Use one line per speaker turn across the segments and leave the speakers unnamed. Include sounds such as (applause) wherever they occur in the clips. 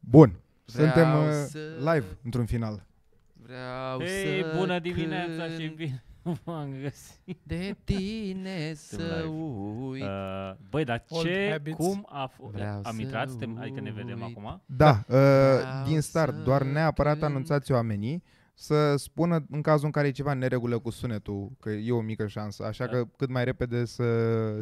Bun.
Vreau
Suntem uh,
să-
live într-un final.
Vreau
Ei,
să
bună dimineața
cânt
și bine (laughs) v-am găsit.
De
(laughs)
tine să
live.
uit uh,
Uh, băi, dar
Old
ce,
habits.
cum a fost?
Vreau
Am
să
intrat, suntem, adică ne vedem
uit.
acum.
Da, uh,
Vreau
din start,
să
doar neapărat
cânt.
anunțați oamenii să spună în cazul în care e ceva în neregulă cu sunetul, că e o mică șansă, așa
Da.
că cât mai repede să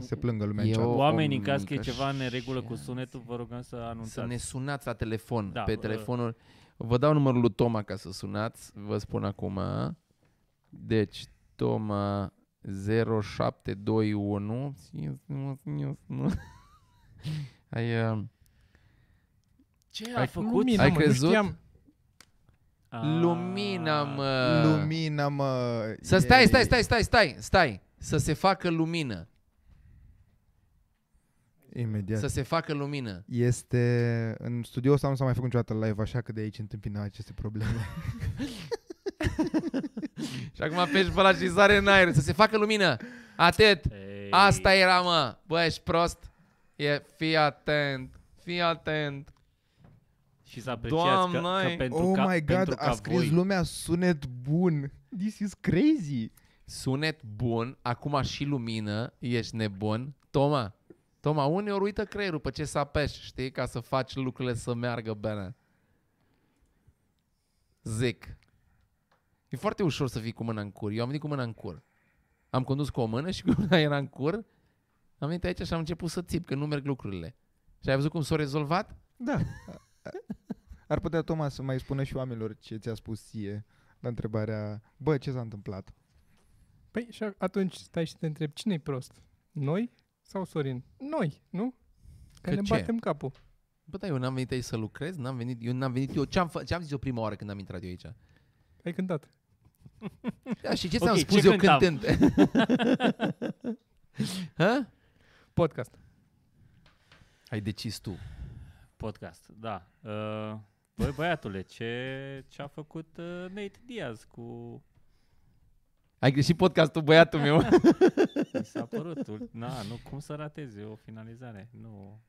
se plângă lumea în
Eu-
chat.
O
Oamenii, în caz că
mică
e ceva în neregulă cu
șansă.
sunetul, vă rugăm să
Să ne
anunțați.
sunați la telefon da,
Da,
Pe
uh,
telefonul Vă dau numărul lui Toma ca să sunați Vă spun acum Deci Toma 0721 (laughs) Ai uh,
Ce
Ai
ai făcut?
Ai crezut?
Ah.
Lumina mă
Lumina, mă!
Să stai, stai, stai, stai, stai, stai Să se facă lumină
Imediat.
Să se facă lumină
Este în studio ăsta nu s-a mai făcut niciodată live, așa că de aici întâmpină aceste probleme.
Și acum pești pe la și sare în aer Să se facă lumină Atât
Ei,
Asta era, mă. Bă, ești prost? E, fii atent. Fii atent.
Și să apreciați că,
Doamne,
că pentru
oh
ca,
my god,
pentru
a
ca
scris
voi,
lumea sunet bun. This is crazy.
Sunet bun, acum și lumină, ești nebun. Toma, Toma, uneori uită creierul pe ce să apeși, știi, ca să faci lucrurile să meargă bine. Zic. E foarte ușor să fii cu mâna în cur. Eu am venit cu mâna în cur. Am condus cu o mână și cu (laughs) mâna era în cur. Am venit aici și am început să țip, că nu merg lucrurile. Și ai văzut cum s-a rezolvat?
Da. Ar putea Toma să mai spună și oamenilor ce ți-a spus ție la întrebarea, bă, ce s-a întâmplat?
Păi și atunci stai și te întreb, cine e prost? Noi sau Sorin? Noi, nu? Că,
Că
ne
ce?
batem capul.
Bă, dar eu n-am venit aici să lucrez, n-am venit, eu n-am venit, eu ce-am, fă, ce-am zis eu prima oară când am intrat eu aici?
Ai cântat.
Da, și ce
Ok,
ți-am
ce
spus eu
cântam? (laughs)
cântând? Hă?
Podcast.
Ai decis tu.
podcast, da. Uh, băi, băiatule, ce, ce a făcut uh, Nate Diaz cu...
Ai greșit podcastul, băiatul meu.
Mi s-a părut, ul- na, nu, cum să rateze o finalizare, nu...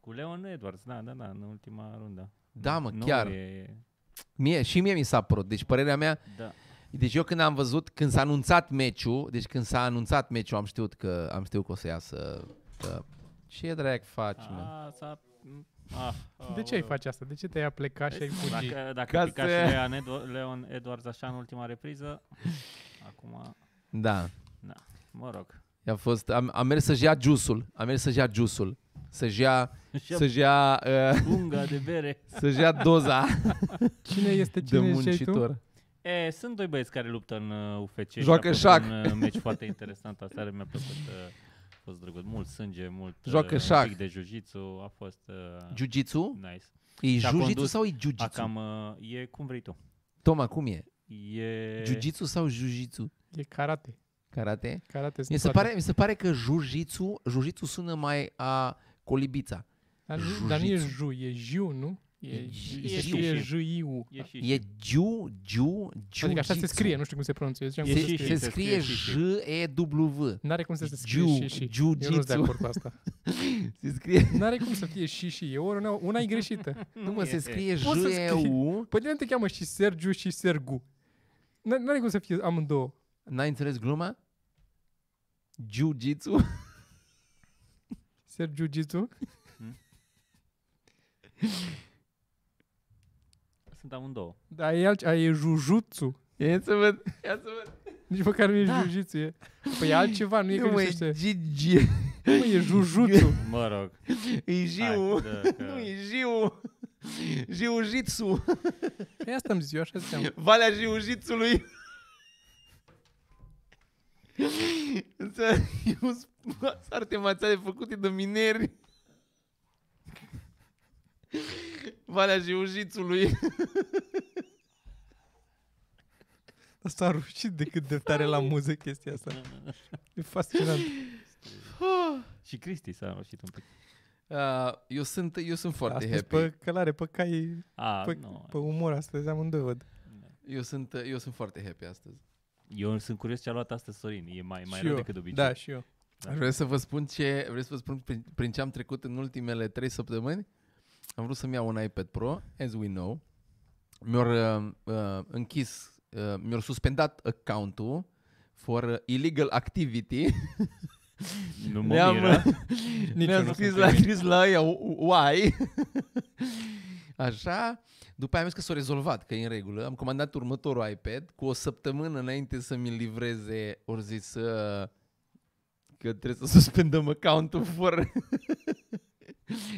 Cu Leon Edwards, da, da, da, în ultima rundă.
Da, mă,
nu
chiar.
E,
Mie, și mie mi s-a părut. Deci părerea mea,
da.
deci eu când am văzut, când s-a anunțat meciul, deci când s-a anunțat meciul am știut că, am știut că o să iasă. Că, ce drag faci, mă?
A, s-a... Ah,
De ce ai face asta? De ce te-ai aplecat și ai fugit?
Dacă, dacă
Ca
Ca pica
să-
și Leon, Edw- Leon Edwards așa în ultima repriză, acum,
Da.
mă rog.
A fost, am, am mers să-și ia jusul, am mers să-și ia jusul, să-și ia,
Și
să-și ia, uh,
punga de bere.
să-și ia doza.
Cine este
de
cine și ai tu?
muncitor.
E, sunt doi băieți care luptă în uh, UFC. și
Joacă
a fost
șac.
Un uh, meci foarte interesant aseară, mi-a plăcut. Uh, a fost drăguț. Mult sânge, mult
Joacă
uh,
șac.
un pic de jiu a fost uh,
Jiu-jitsu?
nice.
E
Și-a
jiu-jitsu
condus-
sau e
A
jiu-jitsu?
cam, uh, e cum vrei tu.
Toma, cum e?
E...
Jiu-jitsu sau jiu-jitsu?
E karate.
Karate?
Karate
Mi
sunt
se,
toate.
pare, mi se pare că jiu-jitsu, jiu-jitsu sună mai a colibița.
Dar, nu, dar nu e
Jiu-jitsu.
jiu, e jiu, nu? E,
E
jiu,
jiu.
e jiu.
E și,
E jiu, jiu, jiu
Adică așa se scrie, nu știu cum se pronunță. Eu ziceam
E
cum
Se,
și-
se
și-
scrie.
se
se
scrie
scrie
J-E-W.
N-are cum să se
Jiu-
scrie și și. Eu nu sunt de
jiu-jitsu.
acord cu asta.
Se scrie,
N-are cum să fie și și. E ori una, una e greșită.
nu mă, se
e-
scrie
Poți să scrii.
J-E-U.
Păi de nu te cheamă și Sergiu și Sergu? N- N-are cum să fie amândouă.
N-ai înțeles gluma? Jiu-jitsu?
Sergiu Jiu
sunt amândouă.
Dar e, alt, e jujutsu.
Ia să văd, ia să văd.
Nici măcar nu e da. jujutsu. E. Păi e altceva, nu e
Nu,
că
mă, e
lipsește.
Gigi.
Nu, e jujutsu.
Mă rog.
E jiu.
Hai, da, că-
(laughs) Nu, e jiu. Jiu-jitsu.
(laughs) Păi asta am zis eu, așa ziceam.
Valea jiu-jitsu-lui. (laughs) Înțeleg, e un sp- arte marțiale făcute de mineri. Valea jiu-jitsu-lui.
Asta a rușit de cât de tare la muză chestia asta. E
(laughs)
fascinant.
Și Cristi s-a roșit un pic.
Uh, eu, sunt, eu sunt foarte
Astăzi
happy.
pe călare, pe cai,
A,
pe,
nu.
pe umor astăzi amândouă văd.
Eu, sunt, eu sunt foarte happy astăzi.
Eu sunt curios ce a luat astăzi Sorin. E mai, mai
Și
rău
eu.
decât de obicei.
Da, și eu.
Da.
Aș vrea să vă spun ce, vreau să vă spun prin, prin ce am trecut în ultimele trei săptămâni. Am vrut să-mi iau un iPad Pro, as we know. Mi-au uh, uh, închis, uh, mi-au suspendat accountul for illegal activity.
Nu mă
Ne-am,
miră.
ne-am
nu
scris
sunt
la,
primit.
scris la ea, why? (laughs) Așa, după aia am zis că s-a rezolvat, că e în regulă. Am comandat următorul iPad cu o săptămână înainte să mi-l livreze, ori zis uh, că trebuie să (laughs) suspendăm accountul for... (laughs)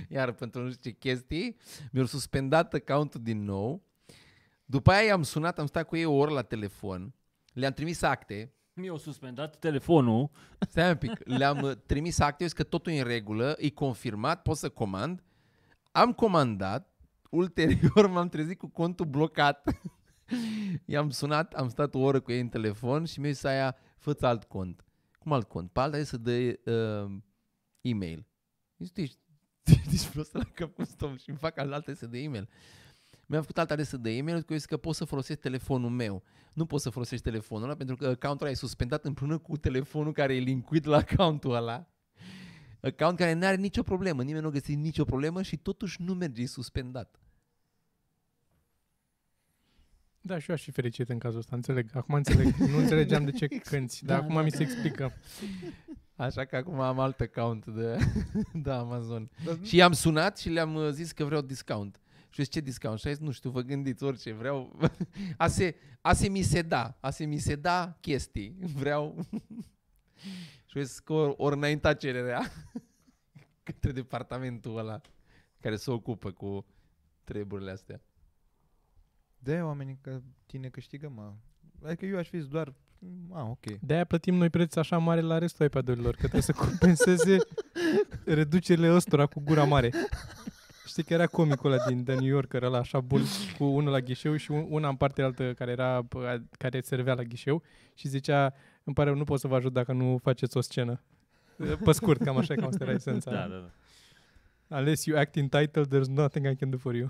Iar pentru nu știu ce chestii, mi-au suspendat accountul din nou. După aia i-am sunat, am stat cu ei o oră la telefon, le-am trimis acte,
(laughs) Mi-au suspendat telefonul.
Stai un pic, le-am uh, trimis acte, eu zic că totul e în regulă, e confirmat, pot să comand. Am comandat, ulterior (laughs) m-am trezit cu contul blocat. (laughs) I-am sunat, am stat o oră cu ei în telefon și mi-a zis aia, fă alt cont. Cum alt cont? Pe alta e să dai uh, e-mail. "Deci, Eu zic, tu (laughs) ești, tu ești prost la cap cu stom și îmi fac alta să de e-mail. Mi-am făcut alta să de e-mail, că eu zic că pot să folosesc telefonul meu nu poți să folosești telefonul ăla pentru că accountul ăla e suspendat împreună cu telefonul care e linkuit la accountul ăla. Account care nu are nicio problemă, nimeni nu a găsit nicio problemă și totuși nu merge, e suspendat.
Da, și eu aș fi fericit în cazul ăsta, înțeleg. Acum înțeleg. Nu înțelegeam de ce cânti, dar
Da,
acum
da,
mi
da.
se explică.
Așa că acum am alt account de, (laughs) de Amazon.
Dar
Mm. Și i-am sunat și le-am uh, zis că vreau discount. Și eu zic, ce discount? Și a zis, nu știu, vă gândiți orice, vreau... (laughs) Ase, ase mi se da, ase mi se da chestii, (laughs) vreau... și eu zic că ori, ori înainta cererea (laughs) către departamentul ăla care se ocupă cu treburile astea.
de oamenii ca tine câștigă, mă. Adică eu aș fi zis doar, a, ok.
De-aia plătim noi preț așa mare la restul iPad-urilor, că trebuie să compenseze reducerile ăstora cu gura mare. Știi că era comicul ăla din The New Yorker, ăla așa bun, cu unul la ghișeu și un- una în partea altă care, era, bă, care servea la ghișeu și zicea, îmi pare rău, nu pot să vă ajut dacă nu faceți o scenă.
(laughs)
Pe scurt, cam așa, cam asta era esența.
Da, da, da.
Unless you act entitled, there's nothing I can do for you.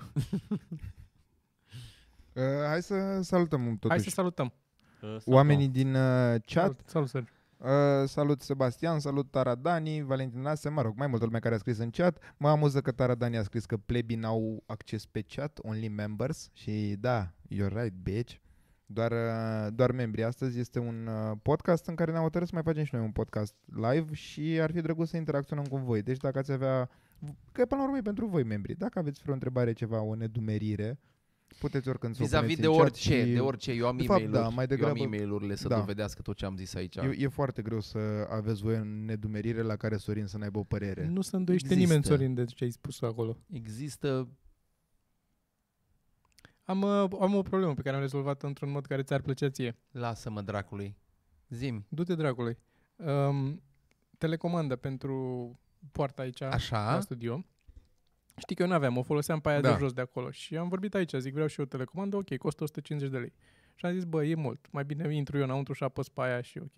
Uh, hai să salutăm totuși
Hai să salutăm.
Uh, sau-
oamenii din uh, chat.
Salut, salut, Sergiu.
Uh, salut Sebastian, salut Taradani, Valentin Nase, mă rog, mai multă lume care a scris în chat. Mă amuză că Taradani a scris că plebii n-au acces pe chat, only members. Și da, you're right, bitch. Doar, uh, doar membrii. Astăzi este un uh, podcast în care ne-am hotărât să mai facem și noi un podcast live și ar fi drăguț să interacționăm cu voi. Deci dacă ați avea, că până la urmă e pentru voi membrii, dacă aveți vreo întrebare, ceva, o nedumerire, puteți oricând să o
Vis-a-vis
puneți
de
în chat
orice,
și...
de orice, eu am
De fapt,
e
da, mai
eu am
degrabă-
e-mail-urile să
da.
dovedească tot ce am zis aici.
E, e foarte greu să aveți voie în nedumerire la care Sorin să n-aibă o părere.
Nu se îndoiește
Există.
nimeni, Sorin, de ce ai spus tu acolo.
Există
Am, uh, am o problemă pe care am rezolvat-o într-un mod care ți-ar plăcea ție.
Lasă-mă dracului. Zim.
Du-te, dragului. Um, telecomandă pentru poarta aici
Da.
Așa.
la studio. Știi că eu n-aveam, o foloseam pe aia
Da.
de jos de acolo. Și am vorbit aici, zic vreau și eu telecomandă, ok, costă 150 de lei. Și am zis, bă, e mult, mai bine intru eu înăuntru și apăs pe aia și ok.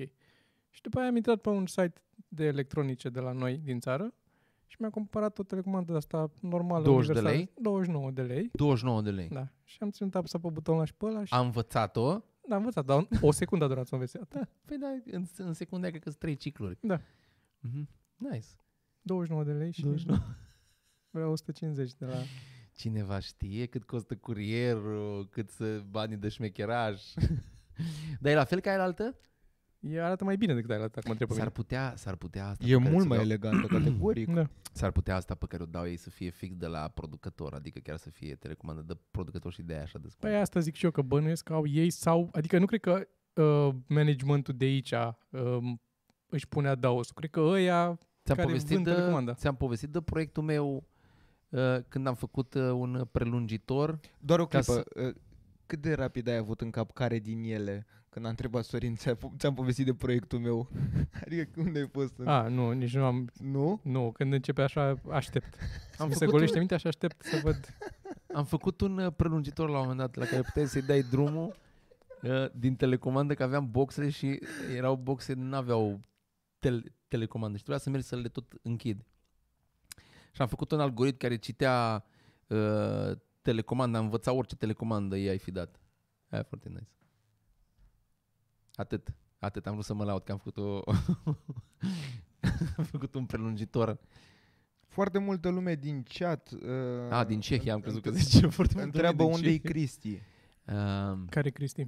Și după aia am intrat pe un site de electronice de la noi din țară și mi-a cumpărat o telecomandă de asta normală.
20 de
universală,
lei?
29 de lei.
29 de lei.
Da. Și am ținut apăsat pe butonul ăla și pe ăla și
A învățat-o
da, am învățat, dar o secundă a durat să o înveți. Da,
Păi da, în, în secunde cred că sunt trei cicluri.
Da.
Mm-hmm. Nice.
29 de lei și
29.
vreau 150 de la...
Cineva știe cât costă curierul, cât să banii de șmecheraj. (laughs) Dar e la fel ca aia altă?
E arată mai bine decât ai arătat, mă întreb pe
S-ar
mine.
putea, s-ar putea asta.
E
pe care
mult
ți-o
mai
dau-
(clears throat) elegantă, categoric.
Da.
S-ar putea asta pe care o dau ei să fie fix de la producător, adică chiar să fie telecomandă de producător și de aia așa de scumpă.
Păi asta zic și eu, că bănuiesc că au ei sau... Adică nu cred că uh, managementul de aici uh, își pune adaosul. Cred că ăia...
Ți-am
care
povestit,
vând
de,
telecomanda.
ți-am povestit de proiectul meu uh, când am făcut uh, un prelungitor.
Doar o
Ca
clipă. uh, Cât de rapid ai avut în cap care din ele? Când a întrebat Sorin, ți-a- ți-am povestit de proiectul meu. (laughs) adică unde ai fost? În...
A, nu, nici nu am...
Nu?
Nu, când începe așa, aștept.
Am
Am Mi se
făcut
golește
un-
mintea și aștept să văd.
Am făcut un uh, prelungitor la un moment dat la care puteai să-i dai drumul uh, din telecomandă, că aveam boxe și erau boxe, nu aveau tel- telecomandă și trebuia să mergi să le tot închid. Și am făcut un algoritm care citea uh, telecomanda, am învățat orice telecomandă ei ai fi dat. Aia e foarte nice. Atât. Atât. (laughs) Am vrut să mă laud că am făcut o... am făcut un prelungitor
Foarte multă lume din chat... Uh,
A, din Cehia, am crezut că zice foarte mult.
Întreabă unde e Cristi.
Um,
Care e Cristi?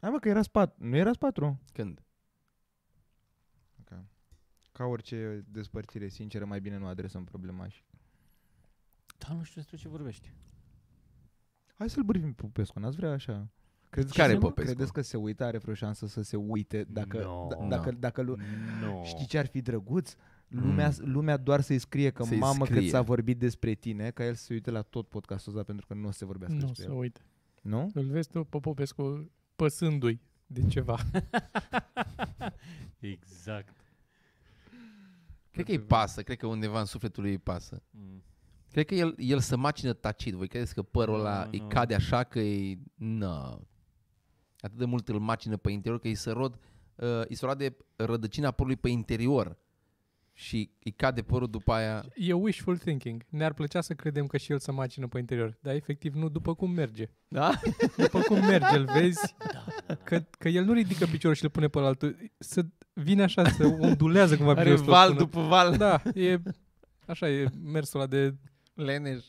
Hai mă, că era spat. Nu era patru.
când?
Ca orice despărțire sinceră, mai bine nu adresăm problema și...
Dar nu știu despre ce vorbești.
Hai să-l brivim pe Popescu, n-ați vrea așa? Credeți
Care
că se,
Popescu?
Credeți că se uită, are vreo șansă să se uite dacă...
No.
da- dacă,
No. Mm.
dacă lu-
No.
Știi ce ar fi drăguț? Lumea, lumea doar să-i scrie că
Să-i
mamă cât
scrie.
s-a vorbit despre tine, ca el să se uite la tot podcastul ăsta pentru că nu o să se vorbească
Nu,
despre
să
el.
uite.
Nu?
Îl vezi tu pe Popescu păsându-i de ceva.
exact.
Cred că îi pasă, cred că undeva în sufletul lui îi pasă.
Mm.
Cred că el, el se macină tacit. Voi credeți că părul ăla
Nu,
îi
nu.
cade așa că îi... Nu. Atât de mult îl macină pe interior că îi se rod... Uh, îi se roade rădăcina părului pe interior. Și îi cade părul după aia...
E wishful thinking. Ne-ar plăcea să credem că și el să macină pe interior, dar efectiv nu, după cum merge.
Da?
(laughs) După cum merge, îl vezi că, că el nu ridică piciorul și îl pune pe la altul. Să vine așa, să ondulează cumva
Are
piciorul să-l
val
pună.
după val.
Da, e așa, e mersul ăla de
Leneș.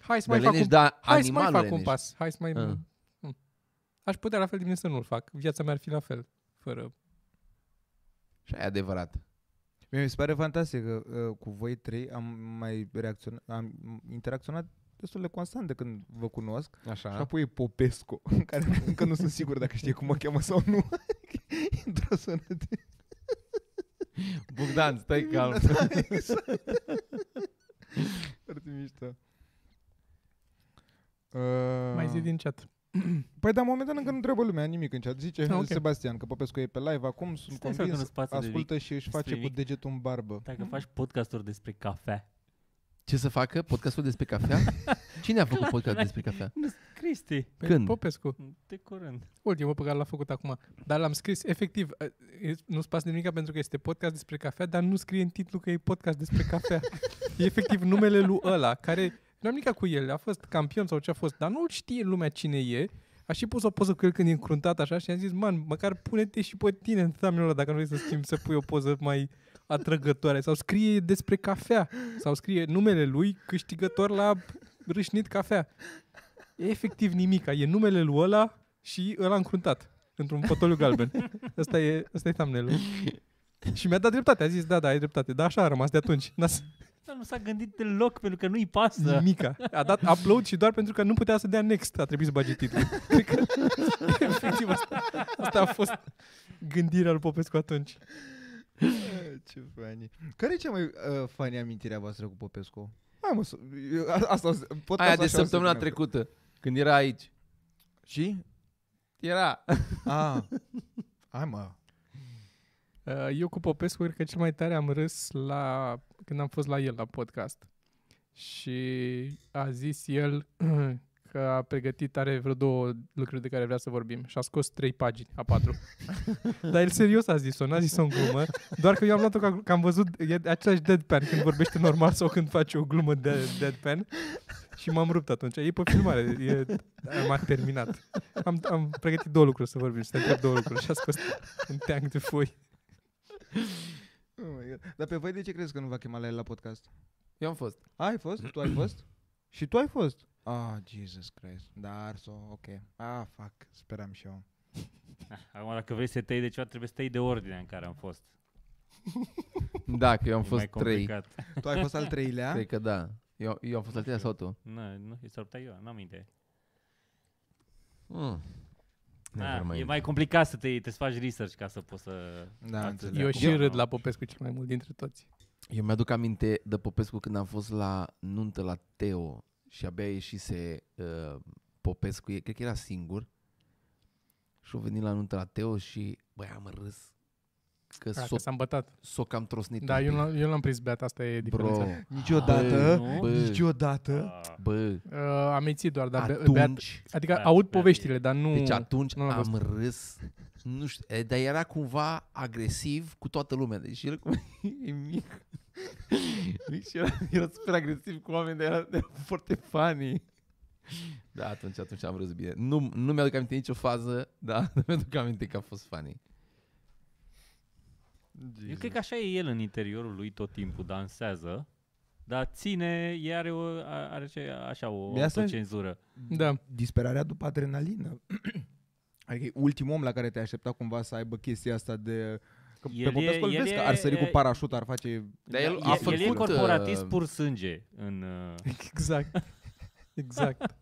hai să
Bă,
mai fac
leneș,
un,
da,
hai să mai
animalul
fac un
leneș.
pas, hai să mai...
Ah.
Mm. Aș putea la fel de bine să nu-l fac. Viața mea ar fi la fel, fără...
Și aia e adevărat.
Mie mi se pare fantastic că uh, cu voi trei am mai reacționat, am interacționat destul de constant de când vă cunosc.
Așa.
Și apoi e Popescu, (laughs) care încă nu sunt sigur dacă știe cum mă cheamă sau nu. (laughs) Într-o sănătate.
Bogdan, (laughs) stai calm.
Foarte mișto.
Ah.
Uh,
Mai zi din chat.
Păi dar momentan încă nu întreabă lumea nimic în chat. Zice
Ah, ok.
Sebastian că Popescu e pe live acum, sunt
Stai să fac un
convins,
spațiu de
ascultă și își face cu
streaming.
degetul în barbă.
Dacă faci podcasturi despre cafea.
Ce să facă? Podcastul despre
(laughs)
cafea? Cine a făcut podcastul despre cafea?
Nu, Cristi,
Păi,
Când?
Popescu.
de curând.
ultimul pe care l-a făcut acum. Dar l-am scris, efectiv, ă, e- nu-ți pasă de nimic pentru că este podcast despre cafea, dar nu scrie în titlu că e podcast despre cafea. e efectiv numele lui ăla, care nu am nimic cu el, a fost campion sau ce a fost, dar nu știe lumea cine e. A și pus o poză cu el când e încruntat așa și am zis, man, măcar pune-te și pe tine în thumbnail ăla dacă nu vrei să schimbi, să pui o poză mai atrăgătoare. Sau scrie despre cafea. Sau scrie numele lui câștigător la râșnit cafea. E efectiv nimica. E numele lui ăla și ăla încruntat într-un fotoliu galben. Asta e, asta e thumbnail Și mi-a dat dreptate, a zis, da, da, ai dreptate. Da, așa a rămas de atunci. N-a s-
Dar nu s-a gândit deloc, pentru că nu-i pasă.
nimica. A dat upload și doar pentru că nu putea să dea next, a trebuit să bage titlul. (laughs) Cred că, efectiv, asta, asta a fost gândirea lui Popescu atunci.
(laughs) Ce funny. Care e cea mai uh, funny amintire a voastră cu Popescu? Hai mă, să- eu- a- asta o să- podcastul
Aia
așa o
de
să
săptămâna
cunoască.
trecută, când era aici.
Și?
Era.
Ah. (laughs) Hai mă.
Uh, Eu cu Popescu cred că cel mai tare am râs la când am fost la el la podcast. Și a zis el (clears throat) că a pregătit, are vreo două lucruri de care vrea să vorbim și a scos trei pagini, a patru. Dar el serios a zis-o, n-a zis-o în glumă, doar că eu am luat-o ca, că am văzut e același deadpan când vorbește normal sau când face o glumă de deadpan și m-am rupt atunci. E pe filmare, e, m-a terminat. Am, am pregătit două lucruri să vorbim, să te întreb două lucruri și a scos un teanc de foi.
Oh my God. Dar pe voi de ce crezi că nu va chema la el la podcast?
Eu am fost.
Ai fost? Tu ai fost? și tu ai fost? Ah, Jesus Christ. Dar so, ok. Ah, fuck. Speram și eu.
Acum, dacă vrei să te iei de ceva, trebuie să te iei de ordinea în care am fost.
Da, că eu am
e
fost
mai
trei.
complicat.
Tu ai fost al treilea?
Cred că da. Eu, eu am fost al treilea
știu.
sau tu?
Nu, nu, i s-ar putea eu, n-am idee.
Mm.
Da,
Never mind.
e mai complicat să te iei, trebuie să faci research ca să poți să...
Da,
să-
înțeleg.
Eu
Exact.
Acum-
și râd la Popescu cel mai mult dintre toți.
Eu mi-aduc aminte de Popescu când am fost la nuntă la Teo și abia ieșise uh, Popescu, e- cred că era singur. Și au venit la nuntă la Teo și, băi, am râs. Că
Ah,
s-o,
că s-am bătat.
s-o cam trosnit.
Da,
un
eu
pic.
l-am, eu l-am prins beat, asta e
Bro,
diferența. Bro.
Niciodată,
nu?
Bă.
niciodată.
Da.
Ah,
bă,
Uh, am mințit doar, dar Atunci, beat,
atunci...
adică
Da,
aud
beat
poveștile, dar nu...
Deci atunci
nu l-am
am râs, nu știu, e, dar era cumva agresiv cu toată lumea, deci el cum (laughs) e mic. Deci era, era super agresiv cu oameni, dar era, era foarte funny. Da, atunci, atunci am râs bine. Nu, da, (laughs) nu mi-aduc aminte nicio fază, dar mi-aduc aminte că a fost funny.
Eu cred că așa e el în interiorul lui tot timpul, dansează, dar ține, ea are, o, a- are ce, așa o
De asta-
autocenzură.
Da.
Disperarea după adrenalină. (clears throat) adică e ultimul om la care te aștepta cumva să aibă chestia asta de... Că
El
pe Popescu
e-
îl
el
vezi că
e-
ar sări cu
e-
parașuta, ar face...
(laughs)
Dar el
a
e, el e
făcut,
corporatist
uh,
pur sânge în... uh,
Exact. Exact.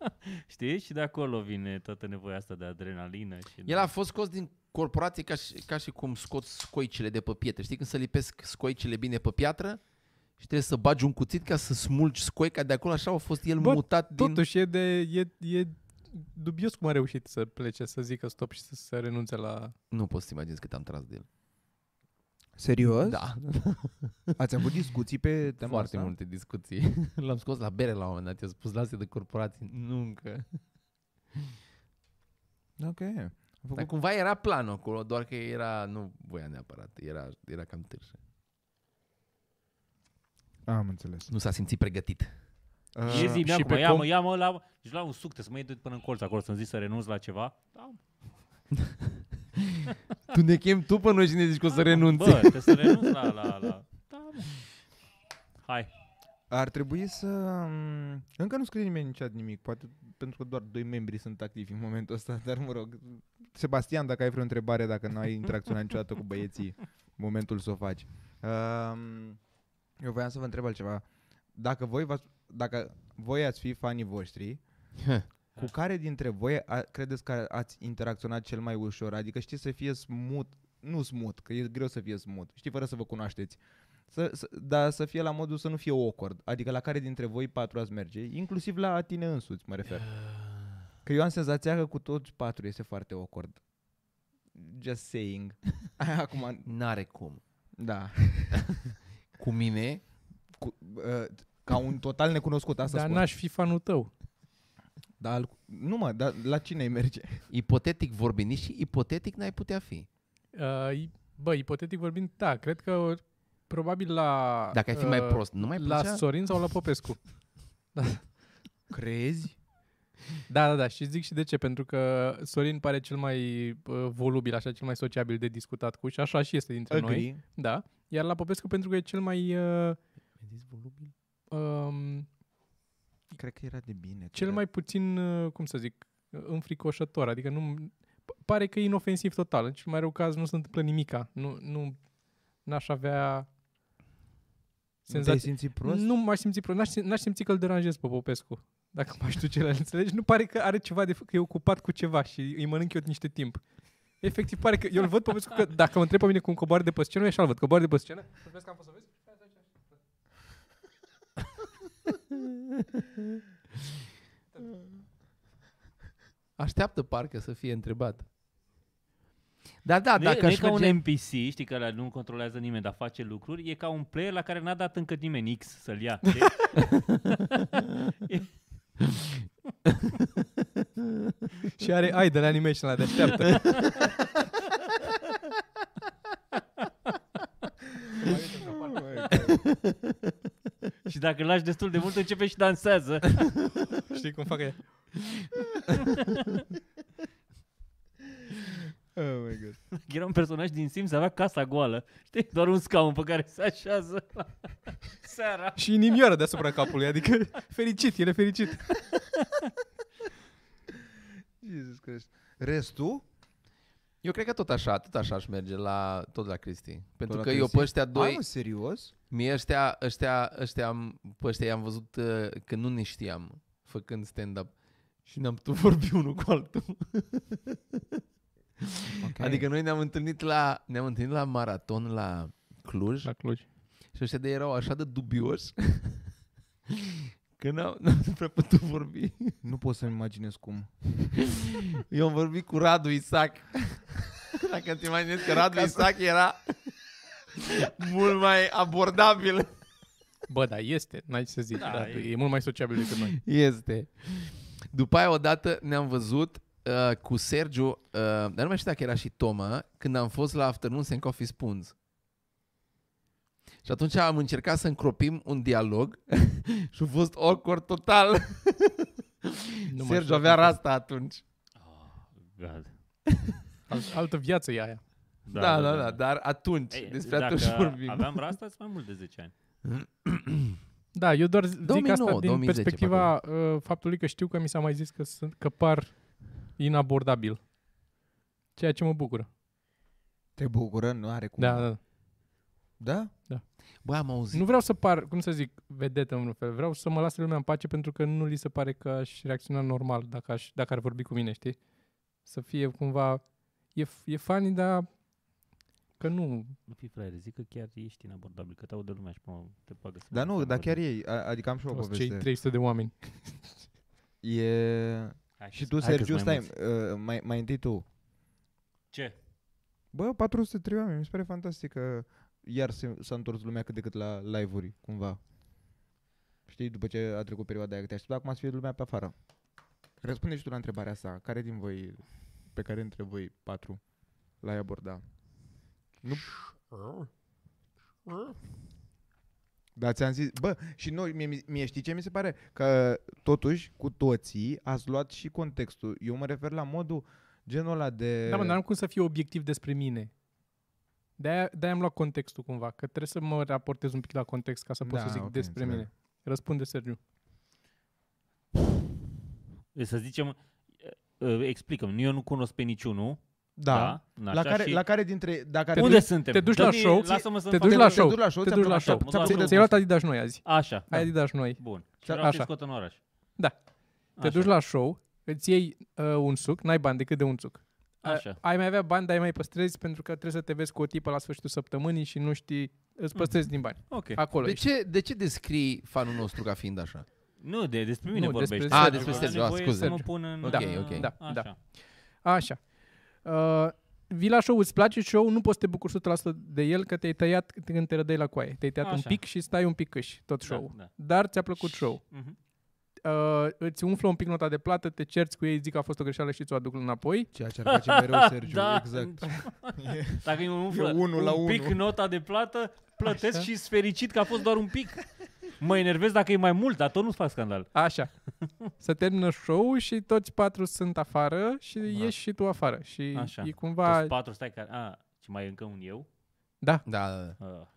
Știi? Și de acolo vine toată nevoia asta de adrenalină. Și de...
El a fost scos din corporație ca și, ca și cum scoți scoicile de pe pietre. Știi când se lipesc scoicile bine pe piatră și trebuie să bagi un cuțit ca să smulgi scoica de acolo, așa a fost el
Bă,
mutat din...
Totuși e de... E, e dubios cum a reușit să plece, să zică stop și să, să renunțe la...
Nu poți să imaginezi cât am tras de el.
Serios?
Da,
Ați avut discuții pe tema
foarte
asta?
multe discuții. (laughs) L-am scos la bere la un moment dat, i-a spus lasă de corporații, nu încă.
Ok. A
Dar
făcut...
cumva era planul acolo, doar că era, nu voia neapărat, era, era cam târșă.
Am înțeles.
Nu s-a simțit pregătit.
Și
Ah.
Uh,
zi,
și
și
pe
mă, ia
com-
mă, ia mă, la, deci la un suc, trebuie să mă iei de- până în colț acolo să-mi zici să renunț la ceva. Da,
tu ne chem tu pe noi și ne zici că o să
da, mă,
renunți.
Bă, trebuie să renunț la... la, la. Da, mă. Hai.
Ar trebui să... m, Încă nu scrie nimeni în chat nimic, poate pentru că doar doi membri sunt activi în momentul ăsta, (laughs) dar mă rog. Sebastian, dacă ai vreo întrebare, dacă n-ai interacționat niciodată cu băieții, momentul să o faci. Um, eu voiam să vă întreb altceva. Dacă voi, v-ați, dacă voi ați fi fanii voștri, cu care dintre voi a, credeți că ați interacționat cel mai ușor? Adică știți să fie smut, nu smut, că e greu să fie smut, știi, fără să vă cunoașteți. Să, să, dar să fie la modul să nu fie awkward, adică la care dintre voi patru ați merge, inclusiv la tine însuți mă refer. Că eu am senzația că cu toți patru este foarte awkward. Just saying.
(laughs)
Acum,
(sighs) N-are cum.
da.
Cu mine,
Cu, uh, ca un total necunoscut, asta
Dar
spun.
Da, n-aș fi fanul tău.
Dar, al- nu mă, dar la cine îi merge?
ipotetic vorbind, nici ipotetic n-ai putea fi.
Uh, i- bă, ipotetic vorbind, da, cred că probabil la...
Dacă ai fi mai
uh,
prost, nu mai
La
plăcea?
Sorin sau la Popescu.
Crezi?
Da, da, da, și zic și de ce, pentru că Sorin pare cel mai uh, volubil, așa, cel mai sociabil de discutat cu și așa și este dintre noi.
Agree.
Da. Iar la Popescu pentru că e cel mai uh, um,
Cred că era de bine.
cel
cred.
mai puțin, uh, cum să zic, înfricoșător, adică nu p- pare că e inofensiv total. În cel mai rău caz nu se întâmplă nimica. Nu nu n-aș avea
Nu te-ai
senzația
simțit prost?
Nu m-aș simți prost. N-aș, sim- n-aș simți că îl deranjez pe Popescu. Dacă m-aș duce la el, înțelegi? Nu pare că are ceva de făcut, că e ocupat cu ceva și îi mănânc eu niște timp. Efectiv, pare că eu îl văd pe Popescu că dacă mă întreb pe mine cum coboară de pe scenă, eu așa îl văd, coboară de pe scenă. Să vezi că am fost să vezi?
Așteaptă parcă să fie întrebat. Da, da,
nu
dacă
e, nu
aș
e ca
merge...
un NPC, știi, că la nu controlează nimeni, dar face lucruri, e ca un player la care n-a dat încă nimeni X să-l ia. (laughs) știi?
Și are ai de la animation la de așteaptă.
și dacă îl lași destul de mult, începe și dansează. (laughs)
Știi cum fac ea?
Oh my god.
Era un personaj din Sims, avea casa goală. Știi? Doar un scaun pe care se așează (laughs) seara.
Și inimioară deasupra capului, adică (laughs) fericit, el e fericit.
Jesus Christ. Restul?
Eu cred că tot așa, tot așa aș merge la, tot la Cristi. Pentru
la
că eu
Cristi?
pe ăștia
Doi. Hai,
doi,
mă, serios?
mie ăștia, ăștia, ăștia, am- pe ăștia i-am văzut uh, că nu ne știam făcând stand-up și ne-am putut vorbi unul cu altul.
Okay.
Adică noi ne-am întâlnit la, ne-am întâlnit la maraton la Cluj
La Cluj.
și ăștia de erau așa de dubioși că n-am, n-am (laughs) prea putut vorbi.
Nu pot să-mi imaginez cum.
Eu am vorbit cu Radu Isac. Dacă îți imaginezi că Radu Isac era mult mai abordabil.
Bă, da, este, n-ai ce să zic. Da,
Da,
da,
e-
e mult mai sociabil decât noi.
Este. După aia odată ne-am văzut uh, cu Sergiu, uh, dar nu mai știu dacă era și Toma, când am fost la Afternoon and Coffee Spoons. Și atunci am încercat să încropim un dialog (laughs) și a fost awkward total.
Nu
Sergiu
mă aștept.
avea rasta atunci.
Oh, God.
Alt, altă viață e aia.
Da, da, da, da, dar atunci,
Ei,
despre
dacă
atunci vorbim.
aveam rasta, îți mai mult de 10 ani.
Da, eu doar zic
2009,
asta din
2010 pe
perspectiva uh, faptului că știu că mi s-a mai zis că, sunt, că par inabordabil. Ceea ce mă bucură.
Te bucură, nu are cum.
Da, da, da.
Da?
Bă, am auzit.
Nu vreau să par, cum să zic, vedetă în un fel. Vreau să mă lase lumea în pace pentru că nu li se pare că aș reacționa normal dacă, aș, dacă ar vorbi cu mine, știi? Să fie cumva... E, f- e funny, dar că nu...
Nu fi fraier, zic că chiar ești inabordabil, că te aude lumea și până te bagă să
Dar
fii
nu, dar chiar
inabordabil.
ei, a- adică am și eu o
Da, toți Cei
poveste.
300 de oameni.
E...
Hai
Și
că-
tu,
hai că-s
Sergiu,
mai
stai,
mulți.
uh, mai, mai întâi tu.
Ce?
Bă, 403 oameni, mi se pare fantastic că iar se- s-a întors lumea cât de cât la live-uri, cumva. Știi, după ce a trecut perioada aia, că te aștepta acum să fie lumea pe afară. Răspunde și tu la întrebarea asta. Care din voi, pe care dintre voi patru, l-ai aborda? Nu... Da, ți-am zis, bă, și noi, mie- mie, mie știi ce mi se pare? Că totuși, cu toții, ați luat și contextul. Eu mă refer la modul genul ăla de...
Da, mă, dar n-am cum să fiu obiectiv despre mine. De-aia, de-aia am luat contextul cumva, că trebuie să mă raportez un pic la context ca să pot
Da,
să zic
ok,
despre
înțeleg.
mine. Răspunde, Sergiu.
E, Să zicem, e, e, explicăm, eu nu cunosc pe niciunul.
da.
da
La
așa,
care,
și
la care dintre... Dacă ar
Te
fi-
Unde suntem?
te duci la
Dă-mi-
show,
Lasă-mă să
te
fac
duci
te,
la
te
show.
duți la show,
Te
ți-am
duci la
dat-
show.
ți-am
ți-am
dat
dat-
Ți-ai luat Adidas noi azi.
Așa,
Ai
da,
Adidas noi.
bun. Și
Da,
vreau să
așa.
scot în oraș.
Da. Te
Așa.
duci la show, îți iei uh, un suc, n-ai bani decât de un suc. A-
Așa.
Ai mai avea bani, dar ai mai păstrezi pentru că trebuie să te vezi cu o tipă la sfârșitul săptămânii și nu știi, îți păstrezi din bani.
Ok.
Acolo
De
ești.
ce, de ce descrii fanul nostru ca fiind așa?
Nu, de, despre mine
Nu,
vorbești.
despre Ah, Sergiu.
despre
Aveam
Sergiu, ah,
nevoie
scuze,
Să mă
Sergiu.
pun în...
Ok,
uh,
ok.
Da,
așa.
da. Așa. Uh, vii la show, îți place show, nu poți să te bucuri 100% de el că te-ai tăiat când te rădeai la coaie. Te-ai tăiat un
Așa.
pic și stai un pic câși tot
Da,
show-ul.
da.
Dar ți-a plăcut show. (laughs)
Mhm.
Uh, îți umflă un pic nota de plată, te cerți cu ei, zic că a fost o greșeală și ți-o aduc înapoi.
Ceea ce ar face
(laughs)
mereu Sergiu,
Da.
exact.
Dacă îmi umflă
unul
un
la
pic
unul.
nota de plată, plătesc
Așa.
și sunt fericit că a fost doar un pic. Mă enervez dacă e mai mult, dar tot nu-ți fac scandal. (laughs)
Așa. Să termină show și toți patru sunt afară și ieși și tu afară. Și
Da. Așa.
e
Toți
cumva...
patru, stai care... A, și mai e încă un eu?
Da,
Da, da, da.
Ah.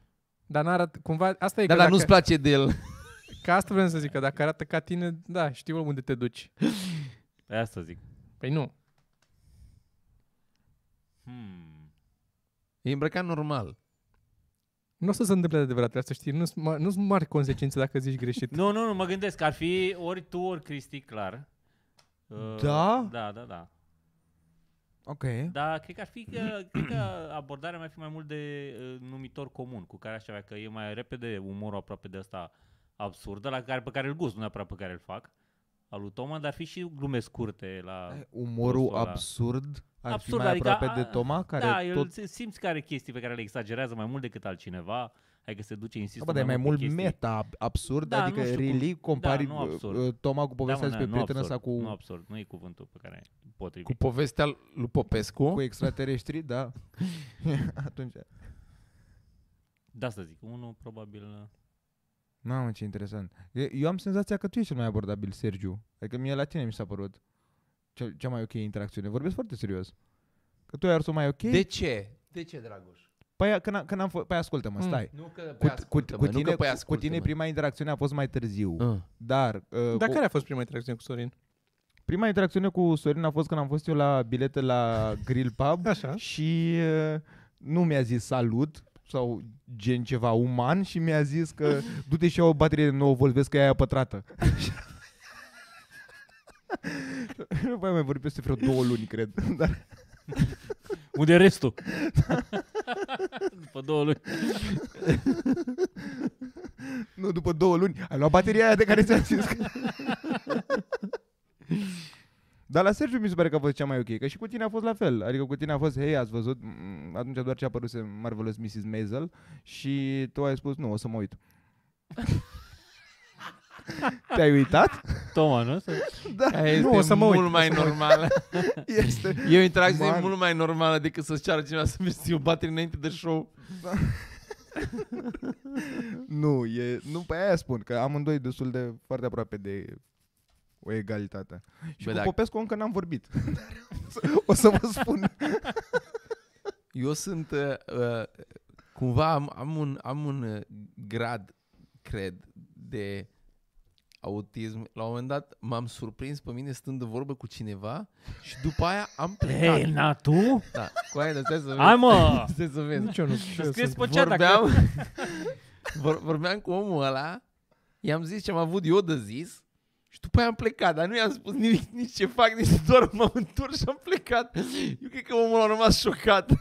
dar n-arat... Cumva... Asta e
Da,
că
dar
dacă...
nu-ți place de el.
Ca asta vreau să zic, că dacă arată ca tine, da, știu unde te duci.
Pe asta zic.
Păi nu.
Hmm.
E îmbrăcat normal.
Nu o să se întâmple de adevărat, trebuie să știi. Nu sunt ma- nu sunt mari consecințe dacă zici greșit.
Nu, nu, nu, mă gândesc că ar fi ori tu, ori Cristi, clar. Uh,
Da?
Da, da, da.
Ok.
Da.
Dar cred că ar fi că, cred că abordarea mai fi mai mult de uh, numitor comun cu care aș avea, că e mai repede umorul aproape de asta absurdă, la care, pe care îl gust, nu neapărat pe care îl fac, al lui Toma, dar ar fi și glume scurte la...
Umorul
Prostul ăla.
absurd ar absurd,
Absurd,
fi mai
adică,
aproape
a-
de Toma, care
da,
tot...
el se- simți că are chestii pe care le exagerează mai mult decât altcineva, hai că se duce, insistă
Bă, dar e mai
pe
mult
chestii.
meta absurd,
Da,
adică
nu știu cum-
really
da,
compari
nu
uh,
absurd.
uh, Toma cu povestea
da, mă,
despre
nu
prietena sa
absurd,
cu,
Nu absurd, nu e cuvântul pe care e potrivit.
Cu povestea lui Popescu.
cu extraterestri, da. (laughs) Atunci...
Da, să zic, unul probabil...
Mamă, ce interesant. E- Eu am senzația că tu ești cel mai abordabil, Sergiu. Adică mie la tine mi s-a părut cea, cea mai ok interacțiune. Vorbesc foarte serios. Că tu ai ars-o mai ok?
De ce? De ce, Dragoș?
Păi, când, am- când am fă... păi ascultă-mă,
Mm.
stai.
Nu că
păi
Cu,
pe
cu,
ascultă,
cu,
mă, nu
tine,
că pe
cu, cu
ascultă,
tine
mă.
prima interacțiune a fost mai târziu.
Mm.
Ah.
Dar, uh,
Dar
o-
care a fost prima interacțiune cu Sorin?
prima interacțiune cu Sorin a fost când am fost eu la bilete la Grill Pub
Așa.
și uh, nu mi-a zis salut sau gen ceva uman și mi-a zis că du-te și ia o baterie de 9 volt, vezi că e aia pătrată. (laughs) Nu mai mai vorbit peste vreo două luni, cred. (laughs) Da. Dar,
Unde e restul? După două luni.
nu, după două luni. Ai luat bateria aia de care ți-am zis. că- (laughs) Dar la Sergiu mi se pare că a fost cea mai ok, că și cu tine a fost la fel. Adică cu tine a fost, hei, ați văzut, Mm, atunci doar ce a apărut Marvelous Mrs. Maisel și tu ai spus, nu, o să mă (laughs) uit. Te-ai uitat?
Toma, nu? Să-
Da,
Aia este
Nu, o să mă uit,
mult mai normală.
este.
(laughs) E o interacțiune
Man.
mult mai normală decât să-ți ceară cineva să vezi o baterie înainte de show.
Nu, e, nu pe aia spun, că amândoi destul de foarte aproape de o egalitate. Și
Bă,
Bă, cu (laughs)
dacă-
Popescu încă n-am vorbit. o să vă spun.
Eu sunt, uh, uh, cumva am, am un, am un uh, grad, cred, de autism. La un moment dat m-am surprins pe mine stând de vorbă cu cineva și după aia am plecat.
Hei, na, tu?
Da, cu aia, dar stai să vezi.
Hai, mă!
Stai să vezi.
Nici eu nu știu. eu
Scrieți
sunt-
pe chat dacă...
vorbeam, (laughs) vor, vorbeam cu omul ăla, i-am zis ce am avut eu de zis și după aia am plecat, dar nu i-am spus nimic, (laughs) nici ce fac, nici doar m-am întors și am plecat. Eu cred că omul a rămas șocat.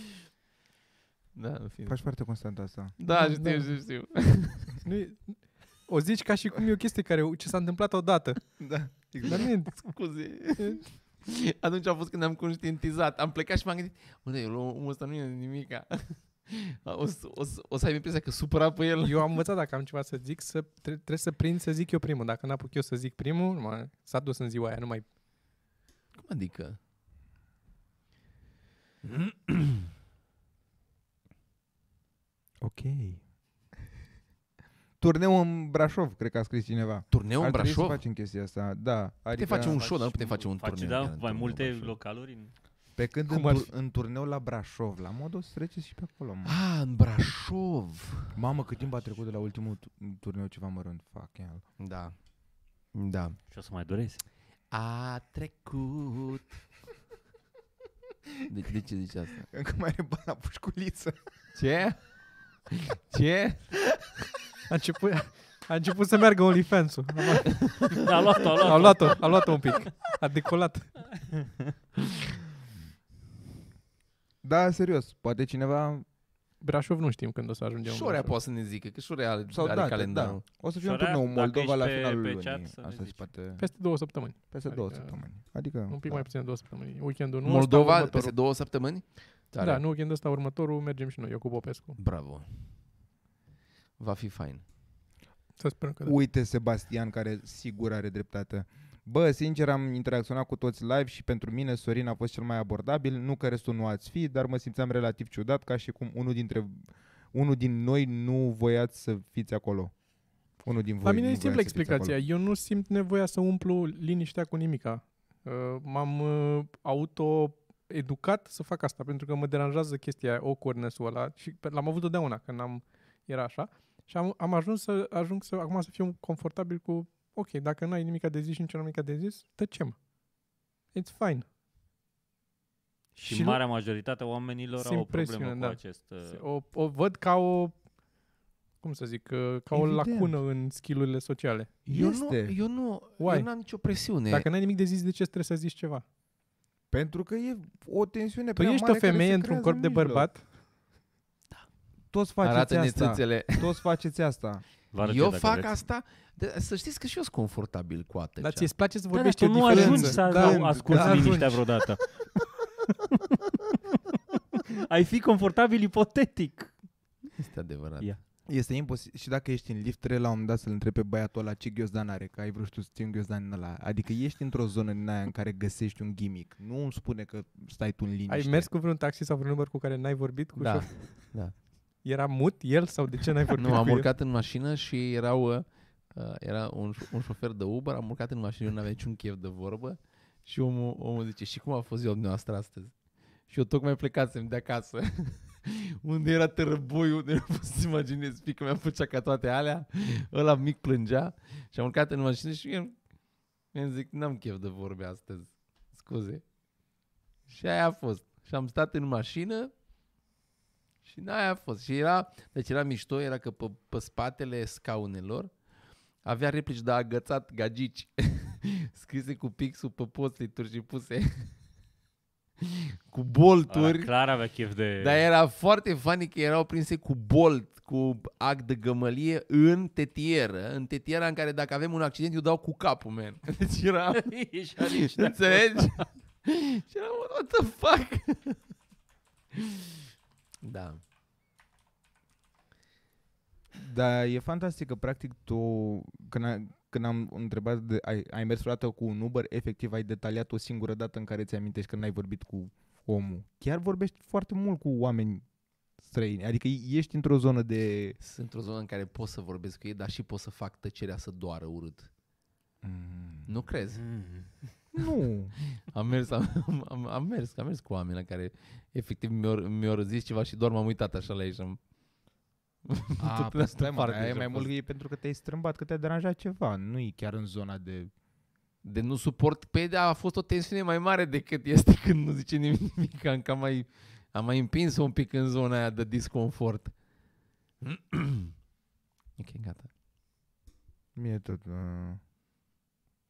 (laughs) Da, în fine.
Faci foarte constant asta.
Da,
Da,
știu,
da.
știu, știu. (laughs)
Nu e- o zici ca și cum e o chestie care ce s-a întâmplat odată.
Da,
exact.
Dar nu e,
Scuze. Atunci a fost când am conștientizat. Am plecat și m-am gândit, mă, eu, omul ăsta nu e nimica. (laughs) O, să- o, să- o să ai impresia că supăra pe el.
eu am învățat dacă am ceva să zic, să, tre- trebuie să prind să zic eu primul. Dacă n-apuc eu să zic primul, nu mai- s-a dus în ziua aia, nu mai...
Cum adică?
Ok. (laughs) Turneu în Brașov, cred că a scris cineva.
Turneu în
Ar trebui
Brașov?
să facem chestia asta, da. Adică
Putem face un show, dar nu putem face un
Faci,
turneu.
da,
chiar în
mai
turneu,
multe
Brașov.
localuri. în-
Pe când
Cum
în,
ar
tur-
fi?
în turneu la Brașov, la modul să treceți și pe acolo, mă.
Ah, în Brașov.
Mamă, cât timp a trecut de la ultimul tu- turneu ceva mărunt. Fuck yeah.
Da. Da.
Și o să mai doresc.
A trecut. De, de ce zici asta?
Încă mai are bani la pușculiță.
Ce? Ce?
A început, a început să meargă OnlyFans-ul.
Da, a luat-o, a luat-o.
A luat-o, a luat-o un pic. A decolat.
Da, serios, poate cineva...
Brașov nu știm când o să ajungem. în
Șorea
Brașov.
poate să ne zică, că Șorea are,
Sau
are
da,
calendarul.
da. O să fie un
Sorea,
turneu în
dacă
Moldova
ești
la
pe-
finalul
pe
lunii.
chat, să ne
Asta se
zici.
poate
Peste două săptămâni.
peste două
adică-
săptămâni. Adică...
Un pic
da.
mai puțin de două săptămâni. Weekendul nu, ăsta
Moldova,
următorul.
peste două săptămâni? Tare.
Da, nu weekendul ăsta următorul mergem și noi, eu cu Popescu.
Bravo. Va fi fain.
Să sperăm că da.
Uite Sebastian care sigur are dreptate. Bă, sincer, am interacționat cu toți live și pentru mine Sorin a fost cel mai abordabil, nu că restul nu ați fi, dar mă simțeam relativ ciudat ca și cum unul dintre unul din noi nu voiați să fiți acolo. Unul din voi.
La mine
nu
e
voia
simplă
să fiți
explicația. Eu nu simt nevoia să umplu liniștea cu nimica. Uh, M-am uh, auto-educat să fac asta, pentru că mă deranjează chestia aia, awkwardness-ul ăla. Și pe- l-am avut totdeauna când am, era așa. Și am, am ajuns să ajung să, acum să fiu confortabil cu, ok, dacă n-ai nimica de zis și nici eu n-am nimica de zis, tăcem. It's fine.
Și,
Și nu-
marea majoritatea oamenilor au o
Simt
problemă
presiune,
cu
da.
acest... uh,
Se- O, o văd ca o, cum să zic, uh, ca o
Evident.
lacună în skillurile sociale.
Eu
Este.
nu, eu nu,
Why?
eu n-am nicio presiune.
Dacă n-ai nimic de zis, de ce trebuie să zici ceva?
Pentru că e o tensiune
Tu
prea
ești o
mare care
femeie
se
într-un
creează
corp
în
de
mijloc.
bărbat.
Toți faceți
Arată-ne
asta.
țâțele.
Toți faceți asta.
vă arăt
Eu
dacă
fac
vreți.
asta, de, să știți că și eu sunt confortabil cu atâta.
Dar ți îți place
Da,
să
dar
vorbești
tu nu
o diferență.
ajungi să
da,
asculti
da,
liniștea
ajungi.
vreodată. Ai fi confortabil ipotetic.
Este adevărat.
Ia.
Este imposibil. Și dacă ești în lift, trebuie la un moment dat să-l întrebi pe băiatul ăla ce ghiozdan are, că ai vrut tu să ții un ghiozdan în ăla. Adică ești într-o zonă din aia în care găsești un gimmick. Nu îmi spune că stai tu în liniște.
Ai mers cu vreun taxi sau vreun număr cu care n-ai vorbit cu
Da.
șof? Era mut el sau de ce n-ai vorbit
Nu,
cu
am
el?
urcat în mașină și erau, uh, uh, era un, șo- un șofer de Uber, am urcat în mașină, eu n-avea niciun chef de vorbă și omul, omul zice, și cum a fost ziua noastră astăzi? Și eu tocmai plecasem de acasă. (laughs) unde era tărăboiul, unde nu pot să imaginez, fiica mea făcea ca toate alea, ăla mic plângea și am urcat în mașină și eu mi-am zic, n-am chef de vorbe astăzi, scuze. Și aia a fost. Și am stat în mașină și aia a fost. Și era, deci era mișto, era că pe, pe spatele scaunelor avea replici de agățat gagici (laughs) scrise cu pixul pe postituri și puse (laughs) cu
Ăla
bolturi.
clar avea chef de...
Da,
Dar era foarte funny că erau prinse cu bolt, cu act de gămălie în tetieră, în tetiera în care dacă avem un accident eu dau cu capul, man. (laughs) Deci era...
(laughs) Ești aici, da.
Înțelegi? (laughs) Și eram, what the fuck? (laughs) Da.
Dar e fantastic că practic tu, când, a, când am întrebat, de, ai, ai mers vreodată cu un Uber, efectiv ai detaliat o singură dată în care ți-amintești că n-ai vorbit cu omul. Chiar vorbești foarte mult cu oameni străini, adică ești într-o zonă de...
Sunt într-o zonă în care pot să vorbesc Mm. cu ei, dar și pot să fac tăcerea să doară urât. Nu crezi?
Mm.
Nu.
Am mers, am, am, am mers, am mers cu oameni la care efectiv mi-au, mi-au zis ceva și doar m-am uitat așa la ei și am... (laughs)
A,
Tot
păi stai mă,
parte
aia e
și-a
mai
fost.
mult că e pentru că te-ai strâmbat, că te-a deranjat ceva. Nu e chiar în zona de...
De nu suport, pe de a fost o tensiune mai mare decât este (laughs) când nu zice nimic, am cam mai, am mai împins un pic în zona aia de disconfort. (clears throat) ok, gata.
Mie tot... uh,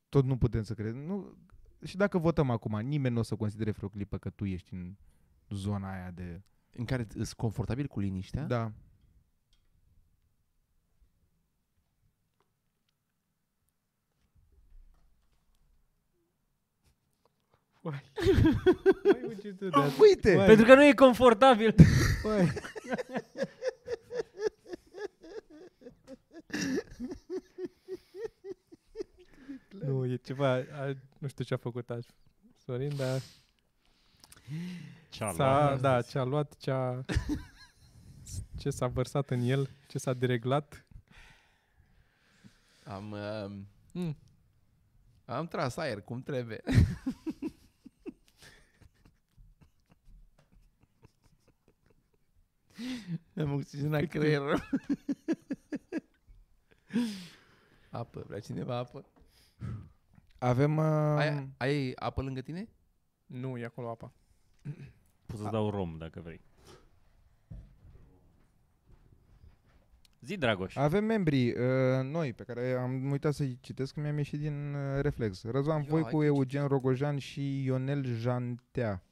Tot nu putem să credem. Nu... Și dacă votăm acum, nimeni nu o să considere vreo clipă că tu ești în zona aia de...
În care îți confortabil cu liniștea?
Da.
Mai uite tu de asta.
Uite!
Vai,
Pentru că nu e confortabil.
vai.
(laughs)
Nu, e ceva, a, nu știu ce a făcut azi Sorin, dar
Ce-a
s-a,
luat?
da, ce a luat, ce a, (laughs) ce s-a vărsat în el, ce s-a dereglat.
Am, um,
Mm.
am tras aer cum trebuie. (laughs) am oxigenat creierul. (laughs) apă, vrea cineva apă?
Avem... Uh...
Ai, ai apă lângă tine?
Nu, e acolo apa.
Pot să dau rom dacă vrei. Zi, Dragoș.
Avem membrii uh, noi pe care am uitat să-i citesc, că mi-am ieșit din uh, reflex. Răzvan
Ia, hai
Voicu,
că
Eugen Rogojan și Ionel Jantea.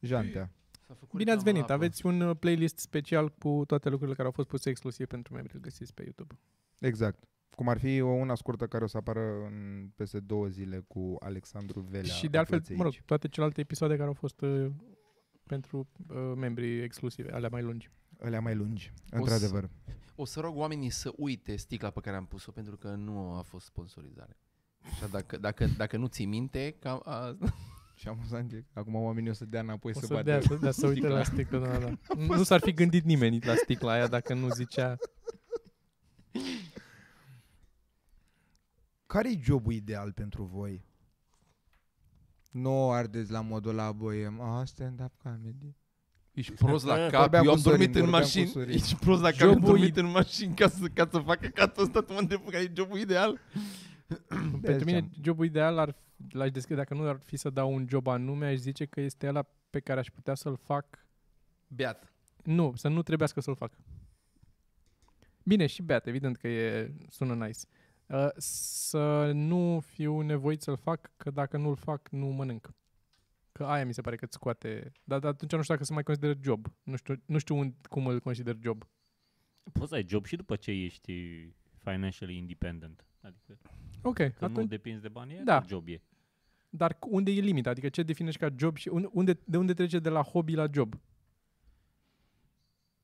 Jantea.
S-a făcut
Bine
reclamă
ați venit,
la apă.
aveți un uh, playlist special cu toate lucrurile care au fost puse exclusiv pentru membri, îl găsiți pe YouTube.
Exact. Cum ar fi o una scurtă care o să apară în peste două zile cu Alexandru Velea.
și de altfel,
aflați
mă rog,
aici.
toate celelalte episoade care au fost uh, pentru uh, membrii exclusive, alea mai lungi.
Alea mai lungi,
să-
într-adevăr.
O să rog oamenii să uite sticla pe care am pus-o pentru că nu a fost sponsorizare. Așa, dacă, dacă, dacă nu ți minte, cam, a,
(laughs)
(laughs)
Și am să acum oamenii o să dea înapoi
O
să,
să
bată.
dea, să, da, să uite
sticla.
la sticlă, da, da.
(laughs)
Nu s-ar fi gândit nimeni la sticla aia dacă nu zicea...
Care-i jobul ideal pentru voi? Nu o ardeți la modul la boiem. Ah, stand-up comedy.
Ești prost la
(laughs)
Da,
cap,
vorbeam
eu
cu
am dormit
Sorin,
în
vorbeam cu
mașini.
Sorin.
Ești prost la cap, eu am
Jobul
dormit în mașini ca să, ca să facă catul ăsta, tu mă întreb care e jobul ideal.
Pentru mine,
ziceam.
jobul ideal ar l-aș descrie, dacă nu ar fi să dau un job anume, aș zice că este ăla pe care aș putea să-l fac...
Beat.
Nu, să nu trebuiască să-l fac. Bine, și beat, evident că e, sună nice. Uh, să nu fiu nevoit să-l fac, că dacă nu-l fac, nu mănânc. Că aia mi se pare că îți scoate... Dar, dar atunci nu știu dacă se mai consideră job. Nu știu, nu știu un, cum îl consider job.
Poți să ai job și după ce ești financially independent. Adică
Ok,
că nu depinzi de bani, e
Da.
da. job e.
Dar cu- unde e limita? Adică ce definești ca job și un- unde, de unde trece de la hobby la job?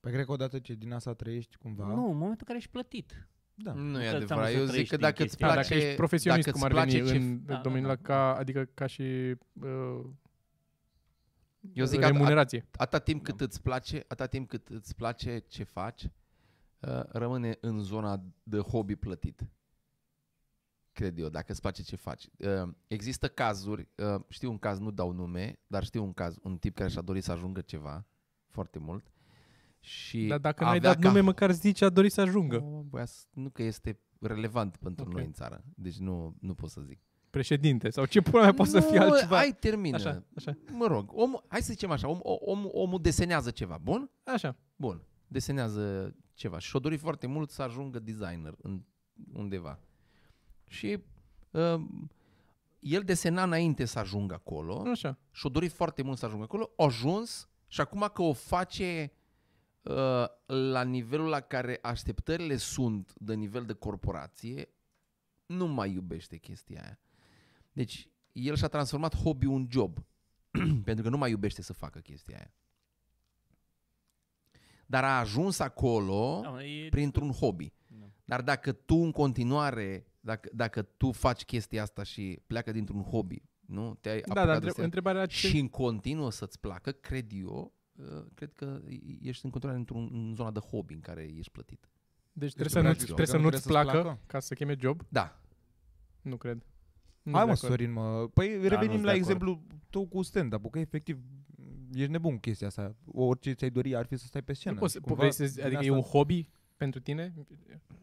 Păi cred că odată ce din asta trăiești
Da.
cumva...
Nu, în momentul în care ești plătit.
Da.
Nu e
că
adevărat.
înseamnă să
Eu zic
trăiești
că
din
dacă îți
chestia
Da,
place...
asta.
dacă ești profesionist,
dacă
cum ar
îți
veni,
place
în
Da, da,
domeniul
da.
da, ca, adică ca și uh,
Eu zic că at- at-
remunerație.
atâta timp
Da.
cât îți place, atâta timp cât îți place ce faci, uh, rămâne în zona de hobby plătit. Cred eu, dacă îți place ce faci. Uh, Există cazuri, uh, știu un caz, nu dau nume, dar știu un caz, un tip care și-a dorit să ajungă ceva foarte mult. Și
Dar dacă n-ai
avea Oh.
dat
ca
nume, măcar zici a dorit să ajungă.
O, băia, s- nu că este relevant pentru
Ok.
noi în țară. Deci nu, nu pot să zic.
Președinte sau ce pula mea poate să fie
Nu,
altceva.
Hai, termină.
Așa, așa.
Mă rog, omul, hai să zicem așa, om, o- omul, omul desenează ceva, bun?
Așa.
Bun, desenează ceva și și-o dori foarte mult să ajungă designer în, undeva. Și uh, el desena înainte să ajungă acolo
Așa.
și-o dorit foarte mult să ajungă acolo, a ajuns și acum că o face uh, la nivelul la care așteptările sunt de nivel de corporație, nu mai iubește chestia aia. Deci el și-a transformat hobby-ul în job, (clears throat) pentru că nu mai iubește să facă chestia aia. Dar a ajuns acolo
Da, mă, e-
printr-un hobby.
Da.
Dar dacă tu în continuare, dacă, dacă tu faci chestia asta și pleacă dintr-un hobby, nu? Te-ai
Da,
apucat
dar
de
între-
asta
întrebarea ce...
și în continuu să-ți placă, cred eu, uh, cred că ești în continuare într-un, în zona de hobby în care ești plătit.
Deci
Deci trebuie să nu-
practic,
trebuie să
că nu
nu-ți
trebuie să-ți
placă
placă?
ca să cheme job?
Da.
Nu cred. Nu
Hai mă,
de acord.
Sorin, mă. Păi revenim
sunt
la
de
exemplu tău cu stand-up, că efectiv ești nebun cu chestia asta. Orice ți-ai dori ar fi să stai pe scenă.
Nu poți, să-
Cumva
vrei să zici,
din
adică e
asta-
un hobby pentru tine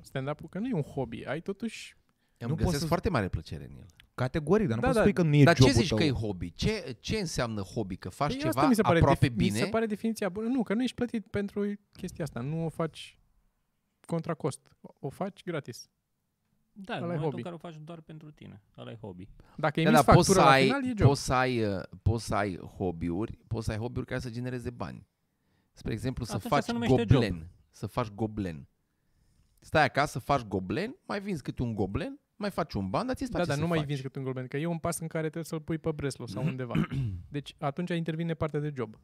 stand-up-ul? Că nu e un hobby, ai totuși...
Îmi
Nu
nu
poți
găsesc
să-
foarte mare plăcere în el.
Categoric, dar nu
Da,
poți
da.
spui că nu e
Dar ce
jobul
zici
tău.
că e hobby? Ce, ce înseamnă hobby? Că faci
Păi
ceva aproape
def- Mi
bine?
se pare definiția bună. Nu, că nu ești plătit pentru chestia asta. Nu o faci contra cost. O- O faci gratis.
Da, în
Ăla e
momentul
hobby.
în care o faci doar pentru tine. Ăla e hobby. Deci
Dacă
Da,
emiți
da, poți să
factura la
ai,
final, e job.
poți să ai, uh, poți să ai hobby-uri, poți să ai hobby-uri care să genereze bani. Spre exemplu, să
Atunci
faci
se numește job.
goblen. Să faci goblen. Stai acasă, faci goblen, mai vinzi câte un goblen, mai faci un ban, dar ți-e
Da,
place
dar
să
nu mai
faci.
vinzi cât un golben, că e un pas în care trebuie să-l pui pe Breslo sau undeva.
(clears throat)
Deci atunci intervine partea de job.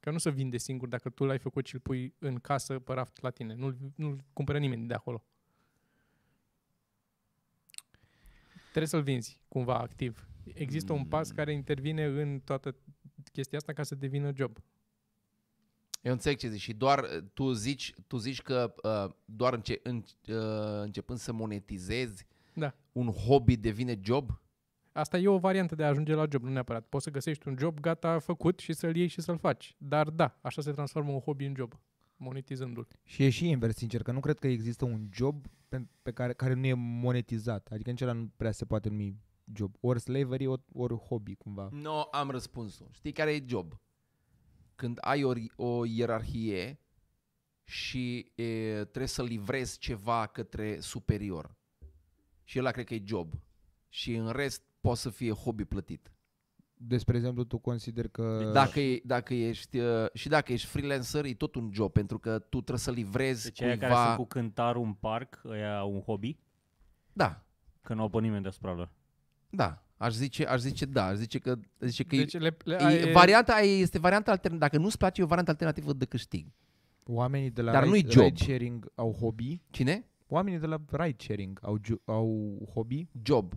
Că nu se vinde singur dacă tu l-ai făcut și îl pui în casă pe raft la tine. Nu-l, nu-l cumpără nimeni de acolo. Trebuie să-l vinzi cumva activ. Există un pas
Mm.
care intervine în toată chestia asta ca să devină job.
Eu înțeleg ce zici și doar uh, tu zici, tu zici că uh, doar înce- în, uh, începând să monetizezi
Da.
un hobby devine job?
Asta e o variantă de a ajunge la job, nu neapărat. Poți să găsești un job gata făcut și să-l iei și să-l faci. Dar da, așa se transformă un hobby în job, monetizându-l.
Și e și invers, sincer, că nu cred că există un job pe, pe care, care nu e monetizat. Adică nici ăla nu prea se poate numi job. Ori slavery, ori, ori hobby, cumva.
Nu, no, am răspunsul. Știi care e job? Când ai o, ri- o ierarhie și e, trebuie să livrezi ceva către superior. Și ăla cred că e job. Și în rest poate să fie hobby plătit.
Despre exemplu, tu consider că...
Dacă, e, dacă ești, uh, și dacă ești freelancer, e tot un job, pentru că tu trebuie să livrezi
Deci aia care
cuiva...
sunt cu cântarul în parc, ăia au un hobby,
Da,
că nu au pe nimeni deasupra lor.
da. Aș zice, aș zice da, aș zice că, aș zice că deci,
Deci le, le,
e, e, varianta aia este varianta alternativă. Dacă nu-ți place, e o variantă alternativă de câștig.
Oamenii de la
Dar nu-i
ride,
job.
ride sharing au hobby,
Cine?
oamenii de la ride sharing au, ju- au hobby,
job.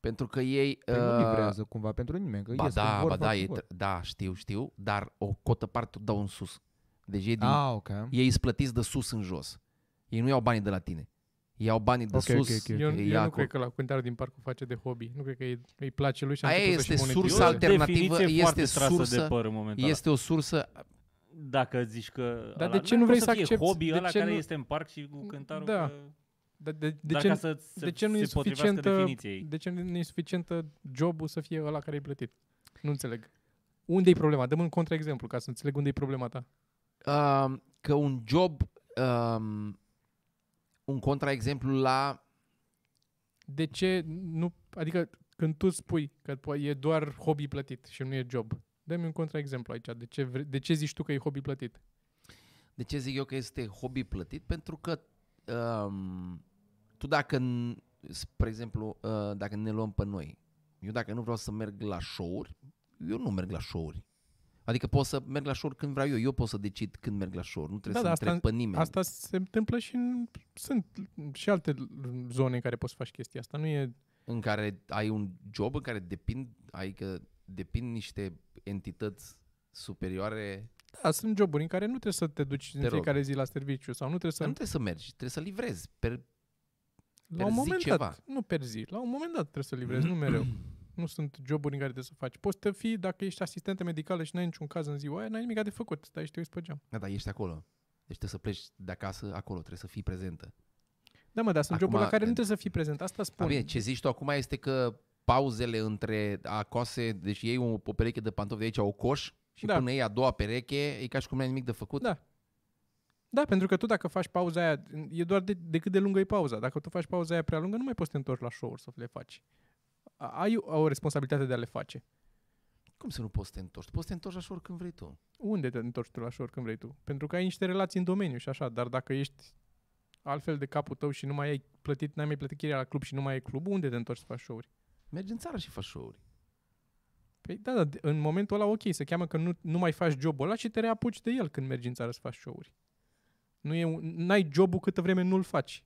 Pentru că ei...
uh, nu
uh,
livrează cumva pentru nimeni. Că
ba
ies când
da,
vor,
ba
fac
da,
ce
ei,
vor.
tr- da, știu, știu, dar o cotă parte o dau în sus. Deci ei, din, ah.
Ah, ok.
ei îți plătiți de sus în jos. Ei nu iau banii de la tine. Ei iau banii de
Ok,
sus.
ok, ok, ok.
Eu,
ei
eu nu
acolo.
cred că la cântarul din parc o face de hobby. Nu cred că îi, îi place lui și a
Aia
început
este
să-și monetizeze.
sursa alter- Alternativă
Definiție
este
foarte trasă
sursă-
de păr în momentul ăla.
Este o sursă...
Dacă zici că...
Dar
ăla-
de ce nu vrei
poate fie
să accepti?
Hobby
De
ăla
ce
care
nu-
este în parc și cu cântarul
Da.
că...
Dar de, de,
Dar
ce,
ca
nu-
să se,
de ce nu
se
e
potrivească
suficientă,
definiției.
de ce nu e suficientă jobul să fie ăla care e plătit? Nu înțeleg. Unde e problema? Dăm un contraexemplu ca să înțeleg unde e problema ta.
Uh, că un job... Uh, un contraexemplu la...
De ce nu... Adică când tu spui că po- e doar hobby plătit și nu e job, dă-mi un contraexemplu aici. De ce, vre, de ce zici tu că e hobby plătit?
De ce zic eu că este hobby plătit? Pentru că um, tu dacă, n- spre exemplu, uh, dacă ne luăm pe noi, eu dacă nu vreau să merg la show-uri, eu nu merg la show-uri. Adică pot să merg la show când vreau eu, eu pot să decid când merg la show nu trebuie
Da,
da,
da,
să da, întreb
asta-
pe nimeni. Asta...
Asta se întâmplă și în, sunt și alte zone în care poți să faci chestia asta. Nu e
În care ai un job în care depind, adică depind niște entități superioare,
Da, sunt joburi în care nu trebuie să te duci în
rog.
fiecare zi la serviciu sau nu trebuie
să nu
să...
trebuie să mergi, trebuie să livrezi. Per,
La
per
un
zi
moment
ceva.
dat, nu per zi, la un moment dat trebuie să livrezi, nu
(clears throat)
mereu. Nu sunt joburi în care trebuie să faci. Poți să fii, dacă ești asistentă medicală și n-ai niciun caz în ziua aia, n-ai nimic de făcut, stai și te uiți pe geam.
da, dar ești acolo. Deci trebuie să pleci de acasă acolo, trebuie să fii prezentă.
Da, mă, dar sunt
Acum,
joburi la care nu
e-
trebuie să fii prezent, asta
Da,
spun.
bine, ce zici tu acum este că pauzele între a coase, deci iei o, o pereche de pantofi de aici, o coș, și
Da.
da. până iei a doua pereche, e ca și cum n-ai nimic de făcut.
Da. Da, pentru că tu dacă faci pauza aia, e doar de, de cât de lungă e pauza. Dacă tu faci pauza aia prea lungă, nu mai poți să te întorci la show-uri să le faci. A- Ai o o responsabilitate de a le face.
Cum să nu poți să te întorci? Tu Poți să te întorci așa oricând vrei tu.
unde te întorci tu la șor când vrei tu. Pentru că ai niște relații în domeniu și așa, dar dacă ești altfel de capul tău și nu mai ai plătit, n-ai mai plătit chiria la club și nu mai ai club, unde te întorci să faci show-uri?
Mergi în țară și faci show-uri.
Păi da, da, de- în momentul ăla ok, se cheamă că nu, nu mai faci jobul ăla și te reapuci de el când mergi în țară să faci show-uri. Nu e, un- n-ai jobul câtă vreme nu-l faci.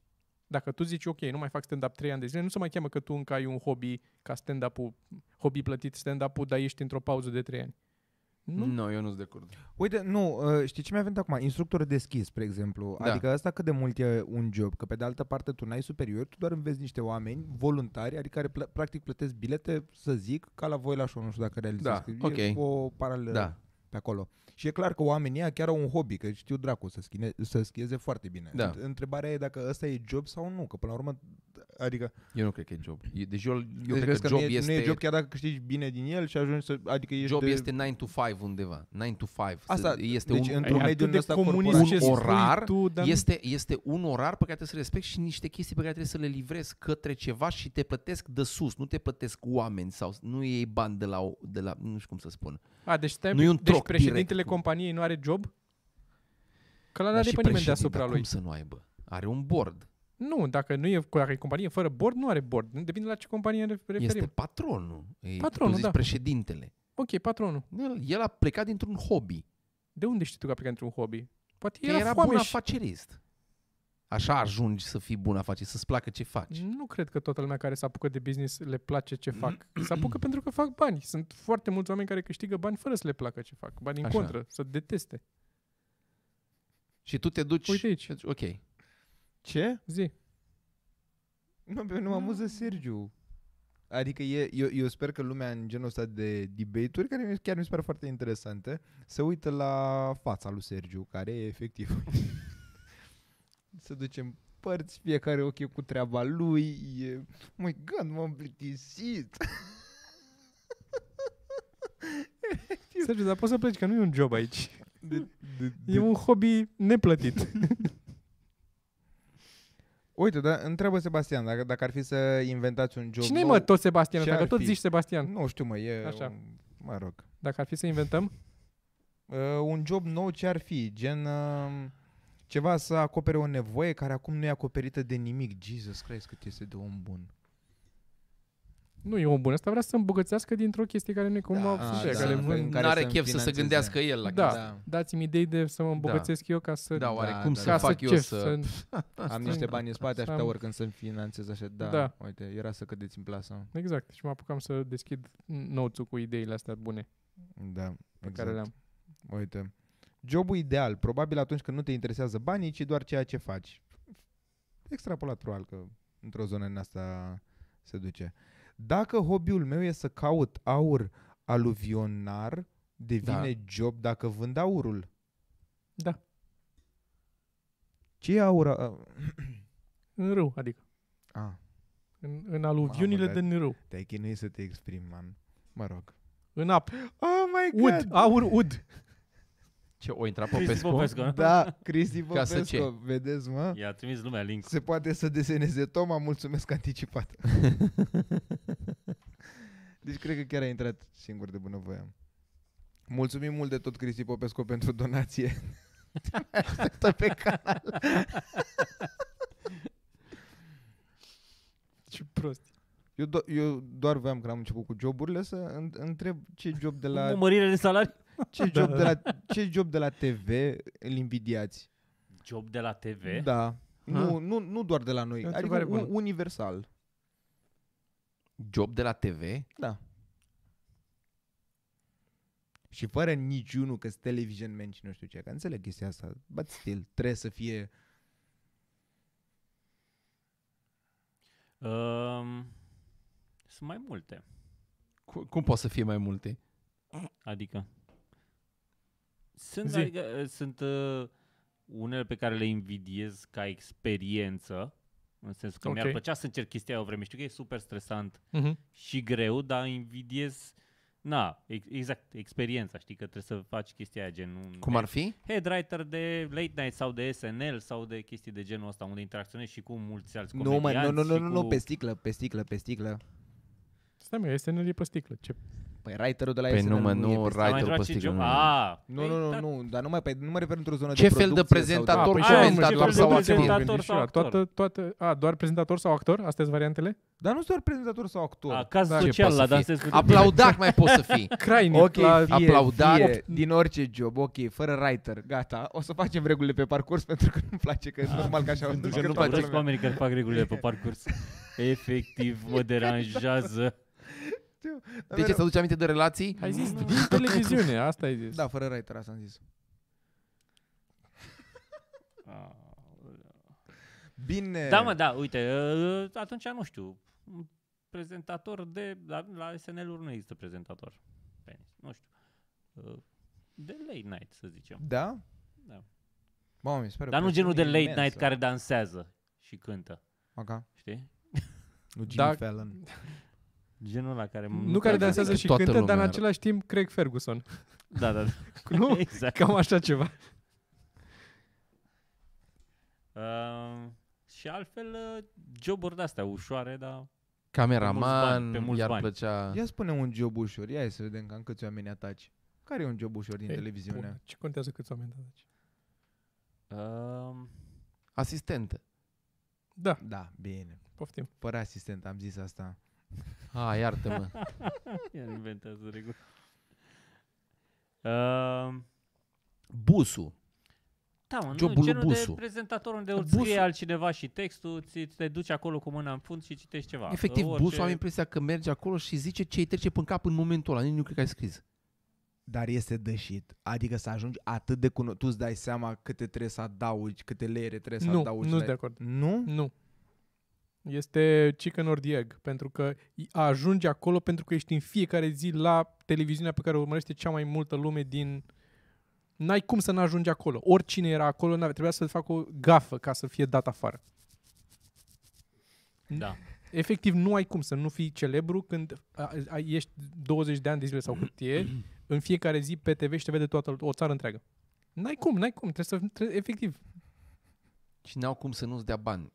Dacă tu zici, ok, nu mai fac stand-up 3 ani de zile, nu se mai cheamă că tu încă ai un hobby ca stand-up-ul, hobby plătit stand-up-ul, dar ești într-o pauză de 3 ani.
Nu,
Nu?
no, eu nu sunt de acord.
Uite, nu, ă, știi ce mi-a venit acum? Instructor deschis, spre exemplu.
Da.
Da. Adică asta cât de mult e un job, că pe de altă parte tu n-ai superior, tu doar înveți niște oameni voluntari, adică care pl- practic plătesc bilete, să zic, ca la voi la show, nu știu dacă realizezi.
Da,
că E
ok.
o paralelă
Da.
da. pe acolo. Și e clar că oamenii ăia chiar au un hobby, că știu dracu să, schine, să schieze foarte bine.
Da.
Înt- Întrebarea e dacă ăsta e job sau nu, că până la urmă, adică
Eu nu cred că e job. Eu- Deci eu, eu
deci
cred
crezi
că, job
nu e,
este...
nu e job chiar dacă câștigi bine din el și ajungi să... Adică ești
job
de,
este 9 to 5 undeva. 9 to 5.
Asta,
este
deci
un,
într-un
E atât
mediu
de
din ăsta
comunist
corporat.
ce
un
spui
orar
tu, dar nu-
este, este un orar pe care trebuie să respecti și niște chestii pe care trebuie să le livrezi către ceva și te plătesc de sus, nu te plătesc oameni sau nu iei bani de la, o- de la nu știu cum să spun.
A, deci, stai,
Nu e un
deci
troc
președintele
direct.
companiei nu are job? Că la
Dar
n-are
și
pe
președinte,
nimeni deasupra
dar
lui.
Cum să nu aibă? Are un board.
Nu, dacă nu e, dacă e companie fără board, nu are board. Depinde la ce companie ne referim.
Este patronul. E,
Patronul,
tu zici
da.
președintele.
Ok, patronul.
El, el a plecat dintr-un hobby.
De unde știi tu că a plecat într-un hobby? Poate
Că
era,
era,
era
bun
foame și...
afacerist. Așa ajungi să fii bun afacerist, să-ți placă ce faci.
Nu cred că toată lumea care se apucă de business le place ce fac. Se apucă pentru că fac bani. Sunt foarte mulți oameni care câștigă bani fără să le placă ce fac. Bani în
Așa.
contră, să deteste.
Și tu te duci...
Uite aici.
Ok.
Ce?
Zi.
Nu, pe mine mă
Ah.
amuză Sergiu. Adică e, eu, eu sper că lumea în genul ăsta de debate-uri, care mi- chiar mi se pare foarte interesante, se uită la fața lui Sergiu, care e efectiv. (laughs) se duce în părți, fiecare ochi e cu treaba lui, e... Măi, gând, m-am plictisit.
Sergiu, dar poți să pleci, că nu e un job aici.
(laughs) De, de,
E un hobby neplătit.
Uite, dar întreabă Sebastian, dacă, dacă ar fi să inventați un job
Cine
nou...
mă tot Sebastian?
ce
Dacă
ar
tot
fi?
zici Sebastian.
Nu știu, mă, e...
Așa.
Un, mă rog.
Dacă ar fi să inventăm,
Uh, un job nou ce ar fi, gen uh, ceva să acopere o nevoie care acum nu e acoperită de nimic. Jesus Christ, cât este de om bun.
nu e om bun. Asta vrea să îmbogățească dintr-o chestie care nu e cum
Da,
au
a,
fost aia
da,
care
în
vând
care
N-are
să-mi
chef să se
finanțeze.
gândească el la
Da.
chestia.
Dați-mi idei de să mă îmbogățesc eu ca să...
Da, oare
Da,
cum
da,
să
da.
ca
fac
să
eu
ce,
să...
să...
Am
Asta
niște
e.
bani în spate,
Asta
aștepta
am-
oricând să-mi finanțez așa. Da,
Da.
uite, era să cădeți în plasă.
Exact. Și mă apucam să deschid notes cu ideile astea bune
Da, exact.
pe exact. care le-am.
Uite. Jobul ideal, probabil atunci când nu te interesează banii, ci doar ceea ce faci. Extrapolat probabil că într-o zonă în asta se duce. Dacă hobby-ul meu e să caut aur aluvionar, devine da. job dacă vând aurul.
Da.
Ce e aur? A,
În râu, adică.
a
În, în aluviunile
Mamă, dar-
din râu.
te-ai chinuit să te exprimi, man. Mă rog.
În apă.
Oh my god!
Ud. Aur ud.
Ce, o intra
Cristi
Popescu?
Popescu.
Da, Cristi
Ca să ce?
Popescu, vedeți mă?
I-a trimis lumea link.
Se poate să deseneze Toma, mulțumesc anticipat. (laughs) deci cred că chiar a intrat singur de bunăvoie. Mulțumim mult de tot, Cristi Popescu, pentru donație. (laughs) Te mai Așteptă pe canal.
Ce prost.
Eu, do- eu doar voiam, când am început cu joburile, să în- întreb ce job de
La... O
la,
mărire de salariu.
ce
Da.
job de la, ce job de la TV îl invidiați.
Job de la TV.
Da. Nu, nu, nu doar de la noi,
E o
adică
întrebare bună.
un, universal.
Job de la TV?
Da. Și fără niciunul că television man și nu știu ce, că înțeleg chestia asta, but still, trebuie să fie...
Um, sunt mai multe.
Cu- Cum pot să fie mai multe?
Adică. Sunt,
Zi.
adică, uh, sunt uh, unele pe care le invidiez ca experiență. În sensul că mi-ar
Ok.
plăcea să încerc chestia aia o vreme. Știu că e super stresant
Mhm.
Uh-huh.
și greu, dar invidiez Na, ex- exact, experiența, știi, că trebuie să faci chestia aia gen un
Cum ar fi?
headwriter de late night sau de SNL sau de chestii de genul ăsta, unde interacționezi și cu mulți alți
Nu, mă, nu,
comedianți
nu, nu,
și
nu,
cu...
nu, pe sticlă, pe sticlă, pe sticlă.
Stai mă, este nelie pe sticlă. Ce...
Păi writerul de la
Păi
SNL
nu, mă,
e pe
nu,
sticlă.
Am mai
Writer
întrebat
pe
ce
sticlă,
job-
nu, nu.
Ah,
Nu, nu, nu, nu, dar nu mai, pe, nu mă refer într-o zonă
Ce
de
fel de
producție sau
prezentator,
păi
ce
și am,
comentator
ce
fel
sau
de
actor?
prezentator?
Am gândit și eu la
sau
Toată, toată, a, doar prezentator sau actor? Astea sunt variantele?
Dar nu sunt doar prezentator sau actor.
A, caz
Da.
Ce
social
poți să
la
fii?
dansez cu
Aplaudat mai poți să
(laughs)
fii.
Crainic
Ok,
la...
fie,
aplaudat.
fie, din orice job, ok, fără writer, gata, o să facem regulile pe parcurs (laughs) pentru că nu-mi place, că e normal că așa o
Ah, Pentru că nu
toată lumea.
plătesc (laughs) cu oamenii care fac regulile pe parcurs. Efectiv, mă deranjează.
știu. Dar
De ce?
mereu-
Ți-aduce aminte de relații?
Ai zis din televiziune, asta ai zis.
Da, fără writer, asta am zis.
Ah, Aoleu.
Bine.
Da, mă, da, uite, uh, atunci nu știu. Un Prezentator de... La, la SNL-uri nu există prezentator. Penis, nu știu. Uh, De late night, să zicem.
Da?
Da.
Mamă, mi se pare o
Dar nu genul de
presiune
late
imensă.
night care dansează și cântă,
Maca.
știi?
Nu Jimmy
Da.
Fallon.
Genul la care...
Nu care
Cred da, că
dansează și
toată
cântă, dar în
lumea.
același timp Craig Ferguson. (laughs)
Da, da, da. (laughs)
Nu?
exact.
Cam așa ceva.
Uh, și altfel, uh, joburi de-astea ușoare, dar...
Cameraman,
bani, pe mulți
i-ar
bani.
plăcea...
Ia spune un job ușor. Ia hai să vedem cam câți oameni ataci. Care e un job ușor din
Ei,
televiziune?
Bun, Ce contează câți oameni da, deci. aici?
(laughs) Uh,
Asistente.
Da,
Da, bine.
poftim.
Fără asistent, am zis asta.
Ah,
(laughs)
iartă-mă.
iar inventează reguli. Uh,
Busu.
da, mă, nu,
Jobul
genul
Busu.
de prezentator unde îți
Busu.
scrie altcineva și textul, ți, te duci acolo cu mâna în fund și citești ceva.
Efectiv,
Uh,
Busu am impresia că merge acolo și zice ce îi trece până cap în momentul ăla. Nici nu cred că ai scris.
Dar este dășit. Adică să ajungi atât de cunoscut. Tu îți dai seama câte trebuie să adaugi, câte leere trebuie să
Nu,
adaugi.
nu sunt
la-
de acord.
Nu?
Nu. Este chicken or the egg, pentru că i- ajungi acolo pentru că ești în fiecare zi la televiziunea pe care o urmărește cea mai multă lume din... N-ai cum să n-ajungi acolo. Oricine era acolo, n-avea, trebuia să facă o gafă ca să fie dat afară.
Da.
Efectiv, nu ai cum să nu fii celebru când a, a, ești 20 de ani de zile sau cât e, în fiecare zi pe TV și te vede toată o țară întreagă. N-ai cum, n-ai cum, trebuie să... Trebuie, efectiv.
Și n-au cum să nu-ți dea bani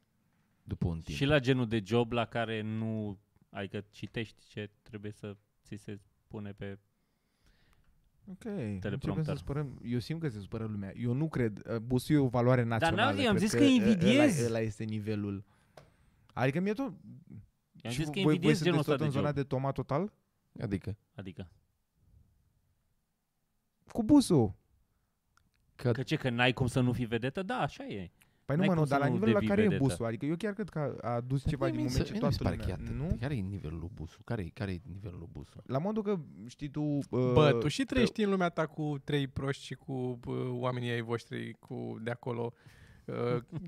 după un timp.
Și la genul de job la care nu... Adică citești ce trebuie să ți se pune pe...
Ok. Începem
Teleprompter.
să supărăm. Eu simt că se supără lumea. Eu nu cred. Uh, Busul e o valoare națională.
n-am zis, am
Cred ă,
zis că invidiez.
Ăla, ăla este nivelul. Adică mie tot...
Am
și
zis că
voi, voi
invidiez genul
sunteți
ăsta
tot
de
în
job.
zona de toma total?
Adică
Adică...
Cu busul.
că,
Că ce, că n-ai cum să nu fii vedetă? Da, așa e.
Păi nu
N-ai
mă, nu,
cum să
dar la
nu
nivelul la
devii
care e
vedetă.
busul. Adică eu chiar cred că a a adus ceva
Mie
din
mi
moment
se-
ce
mie mi se
toată
pare că e
lumea...
atât.
Nu?
Care e nivelul lui Busu? Care, care e nivelul lui Busu?
La modul că, știi tu... Uh,
Bă, tu și trăiești în lumea ta cu trei proști și cu bă, oamenii ai voștri cu de acolo. Uh,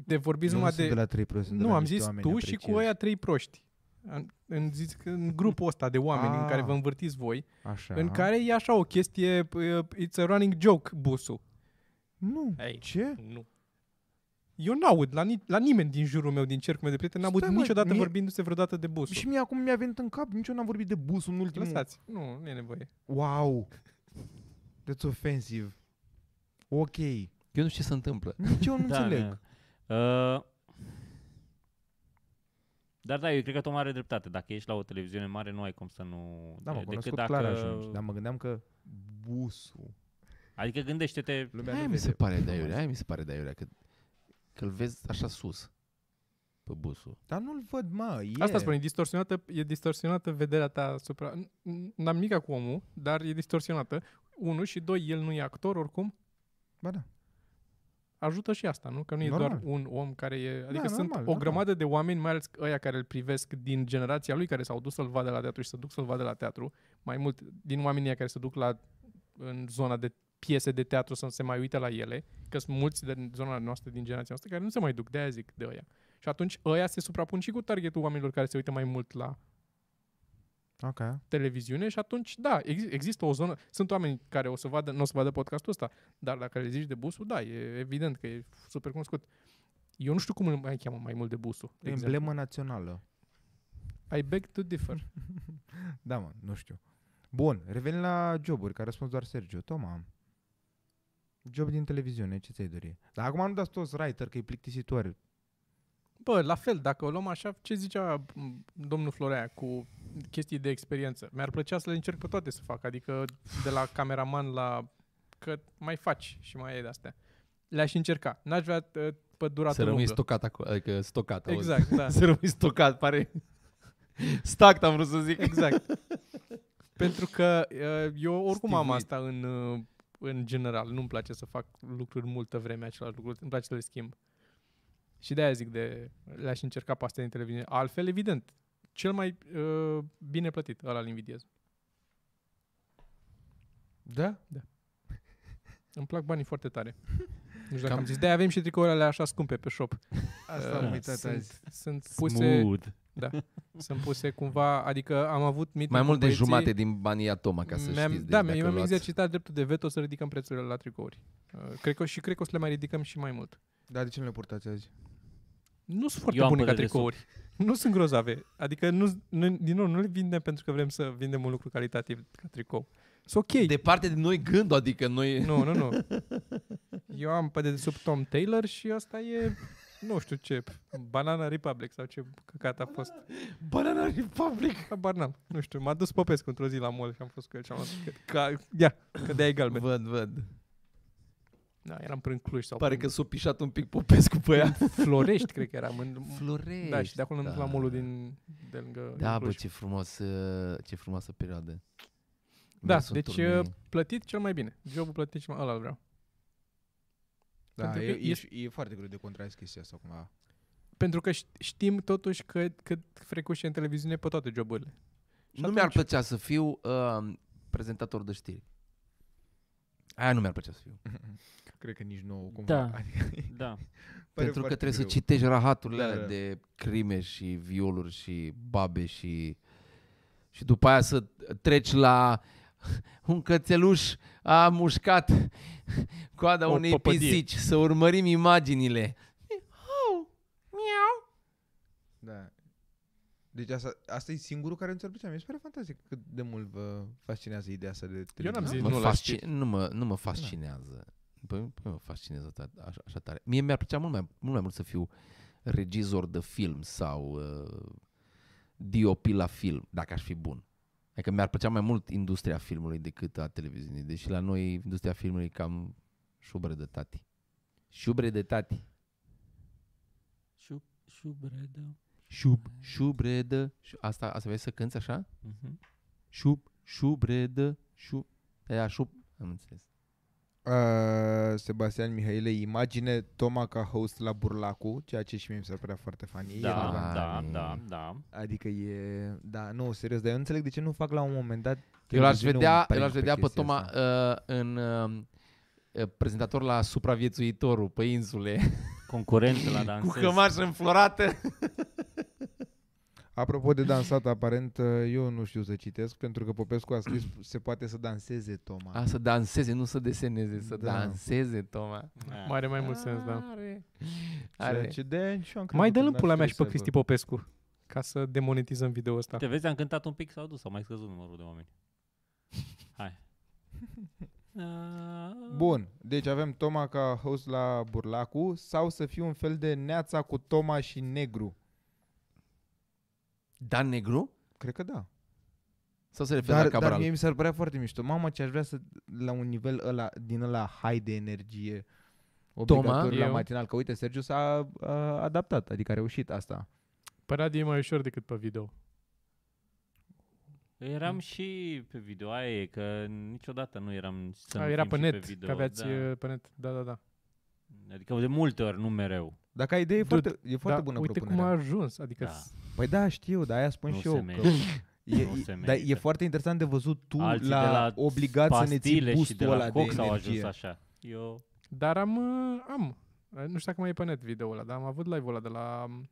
De vorbiți
nu
numai
sunt
de...
de la 3 prost, sunt de
nu,
la
am
niște
zis
oameni,
tu și
apreciez.
cu aia trei proști. În- În, zis, că în grupul ăsta de oameni în care
Ah. Da.
vă învârtiți voi,
Așa.
în care e așa o chestie, uh, it's a running joke, busul.
Nu.
Ei.
Ce?
Nu. Eu n-aud la, ni- la nimeni din jurul meu, din cercul meu de prieteni, n-aud
Stai, mă,
niciodată
mie-
vorbindu-se vreodată de busul.
Și mie acum mi-a venit în cap, nici eu n-am vorbit de busul în ultimul...
Lăsați. Nu, nu e nevoie.
Wow. That's offensive. Ok. Nici
Eu nu știu ce se întâmplă.
eu
(laughs)
nu
Da,
înțeleg.
da. Uh, dar da, eu cred că Tom are dreptate. Dacă ești la o televiziune mare, nu ai cum să nu...
Da, mă,
decât
cunoscut dacă... clar ajungi. da. Dar mă gândeam că busul.
Adică gândește-te...
Lumea
Aia
nu
mi se
vede.
pare de aiurea, aia mi se pare de aiurea, că, că îl vezi așa sus pe busul.
Dar nu-l văd, mă. E.
Asta spune, e distorsionată, e distorsionată vederea ta asupra... n- n- N-am nimic cu omul, dar e distorsionată. Unu și doi, el nu e actor oricum.
Ba da.
Ajută și asta, nu? Că nu e
Normal.
doar un om care e... Adică sunt
Da, normal,
o
normal.
grămadă de oameni, mai ales ăia care îl privesc din generația lui, care s-au dus să-l vadă la teatru și să duc să-l vadă la teatru. Mai mult din oamenii ăia care se duc la în zona de piese de teatru să se mai uite la ele, că sunt mulți din zona noastră, din generația noastră, care nu se mai duc, de-aia zic de ăia. Și atunci ăia se suprapun și cu targetul oamenilor care se uită mai mult la
Ok.
Exact. televiziune și atunci, da, ex- există o zonă, sunt oameni care o să vadă, nu o să vadă podcastul ăsta, dar dacă le zici de busul, da, e evident că e super cunoscut. Eu nu știu cum îl mai cheamă mai mult de busul. exact. de exemplu.
Emblemă națională.
I beg to differ.
Da, mă, nu știu. Bun, revenim la joburi, care a răspuns doar Sergiu. Toma, job din televiziune, ce ți-ai dori? Dar acum nu dați toți writer, că e plictisitor.
Bă, la fel, dacă o luăm așa, ce zicea m, domnul Florea cu chestii de experiență? Mi-ar plăcea să le încerc pe toate să fac, adică de la cameraman la... că mai faci și mai e de-astea. Le-aș încerca. N-aș vrea uh, pe durată
Să rămâi
lungă.
stocat acolo, adică stocat. auzi. (laughs)
Exact, da.
Să rămâi stocat, pare... (laughs) Stact am vrut să zic. (laughs)
Exact. Pentru că uh, eu oricum am
Stivuit.
asta în, uh, în general. Nu-mi place să fac lucruri multă vreme, același lucru. Îmi place să le schimb. Și de-aia zic de le-aș încerca pe astea din televiziune. Altfel, evident, cel mai uh, bine plătit, ăla îl invidiez.
Da?
Îmi plac banii foarte tare. Nu știu dacă am zis. de avem și tricourile alea așa scumpe pe shop.
Asta
Uh,
am uitat azi.
sunt, sunt puse, da. sunt puse cumva, adică am avut meeting
Mai
cu
mult de
băieții,
jumate din banii Atoma, ca să
mi-am,
știți.
Da,
deci,
mi-
dacă
mi-am
luați-
exercitat dreptul de veto să ridicăm prețurile la tricouri. Uh, cred că, și cred că o să le mai ridicăm și mai mult.
Dar de ce nu le purtați azi?
Nu sunt foarte
Eu am
bune ca
părere de
tricouri. (laughs) Nu sunt grozave. Adică, nu, nu, din nou, nu le vindem pentru că vrem să vindem un lucru calitativ ca tricou. Sunt ok.
Departe de noi gândul, adică noi...
Nu, nu, nu. Eu am pe de sub Tom Taylor și asta e, nu știu ce, Banana Republic sau ce căcat a fost.
(laughs) Banana Republic!
Habar n-am. Nu știu, m-a dus Popescu într-o zi la mall și am fost cu el și am luat ca, ia, că de-aia e galben. Păi
Văd, văd.
Da, eram prin Cluj sau
Pare că
prin
s-a pișat un pic Popescu pe ea.
Florești, cred că eram. În,
(laughs) Florești.
da, și de acolo am dus la mall din, de lângă
Da,
Cluj.
bă, ce frumos, uh, ce frumoasă perioadă.
Da,
Mersul în
deci
turnee.
uh, plătit cel mai bine. Jobul plătit cel mai... Ăla îl vreau.
Da,
Pentru
e,
că
e, e, foarte greu de contrast chestia asta cumva.
Pentru că ș- știm totuși că, cât frecuse în televiziune pe toate joburile.
Nu
atunci-
mi-ar plăcea să fiu uh, prezentator de știri. Aia nu mi-ar plăcea să fiu.
Cred că nici nouă cumva.
Da.
Adică, (laughs) pare
Da.
Pentru că
foarte
trebuie
greu.
să citești rahaturile
Da,
alea
da.
de crime și violuri și babe și... Și după aia să treci la (laughs) un cățeluș a mușcat coada
O
unei
păpădie.
pisici, să urmărim imaginile. Miau, miau.
Da. Deci asta, asta e singurul care nu ți-ar plăcea. Mi se pare fantastic cât de mult vă fascinează ideea asta de televiziune.
n-am zis
mă
nu la
fasci-
știri. Da.
nu, mă, nu mă fascinează. Păi, păi mă fascinează ta- așa, așa tare. Mie mi-ar plăcea mult mai, mult mai mult să fiu regizor de film sau uh, DOP la film, dacă aș fi bun. Adică mi-ar plăcea mai mult industria filmului decât a televiziunii, deși la noi industria filmului e cam șubre de tati. Șubre de tati.
Șub, șubredă.
Șub, șubre de... Șu, asta, asta vrei să cânți așa?
Mhm.
Șub, șubre de... Șub... Aia, șub... Am înțeles.
Uh, Sebastian Mihaile, imagine Toma ca host la Burlacu, ceea ce și mie mi s-ar părea foarte funny. E
Da,
la-
la-
da, da, da.
Adică e... Da, nu, serios, dar eu nu înțeleg de ce nu fac la un moment dat...
Eu l-aș
televiziune un
vedea,
prank
eu l-aș vedea pe,
chestia
Toma
asta.
uh, în uh, uh, prezentator la supraviețuitorul pe insule,
Concurent la
cu
dansez.
cămașă înflorată.
Apropo de dansat, aparent, uh, eu nu știu să citesc, pentru că Popescu a scris se poate să danseze Toma.
A, să danseze, nu să deseneze, să
Da.
da. danseze, Toma.
Da.
Mare mai mult sens, da.
Are.
Ceea
Are.
ce de și eu am crezut
Mai
că
dă-l în
n-ar
pula mea
trebui
și pe
să
Cristi
aibă.
Popescu ca să demonetizăm video ăsta.
Te vezi, am cântat un pic sau dus, sau mai scăzut numărul de oameni.
(laughs)
Hai. Da,
Bun, deci avem Toma ca host la Burlacu sau să fiu un fel de neața cu Toma și Negru.
Dan Negru?
Cred că da.
Sau se referă
Dar,
la
dar
Cabral?
mie mi s-ar părea foarte mișto. Mamă, ce aș vrea să, la un nivel ăla, din ăla high de energie, obligatoriu la
Eu?
matinal. Că uite, Sergiu s-a a, adaptat, adică a reușit asta.
Pe radio e mai ușor decât pe video.
Eram și pe video, aia e, că niciodată nu eram să
A,
nu
era
fim
pe
și
net,
video,
că aveați
da.
da. pe net. Da, da, da.
Adică de multe ori, nu mereu.
Dacă ai idee, e
Dude,
foarte, e foarte
da,
bună
uite
propunerea.
cum a ajuns. Adică
Da.
da.
Păi da, știu, dar aia spun
Nu
și
se
eu. Că
merită.
e,
Nu se
e, dar e
merită.
foarte interesant de văzut tu
Alții
la,
de la
obligat să ne ții
Pastile și de
boostul
la
ăla de
coc
energie.
au ajuns așa. Eu...
Dar am, uh, am. Uh, Nu știu dacă mai e pe net video ăla, dar am avut live-ul ăla de la um,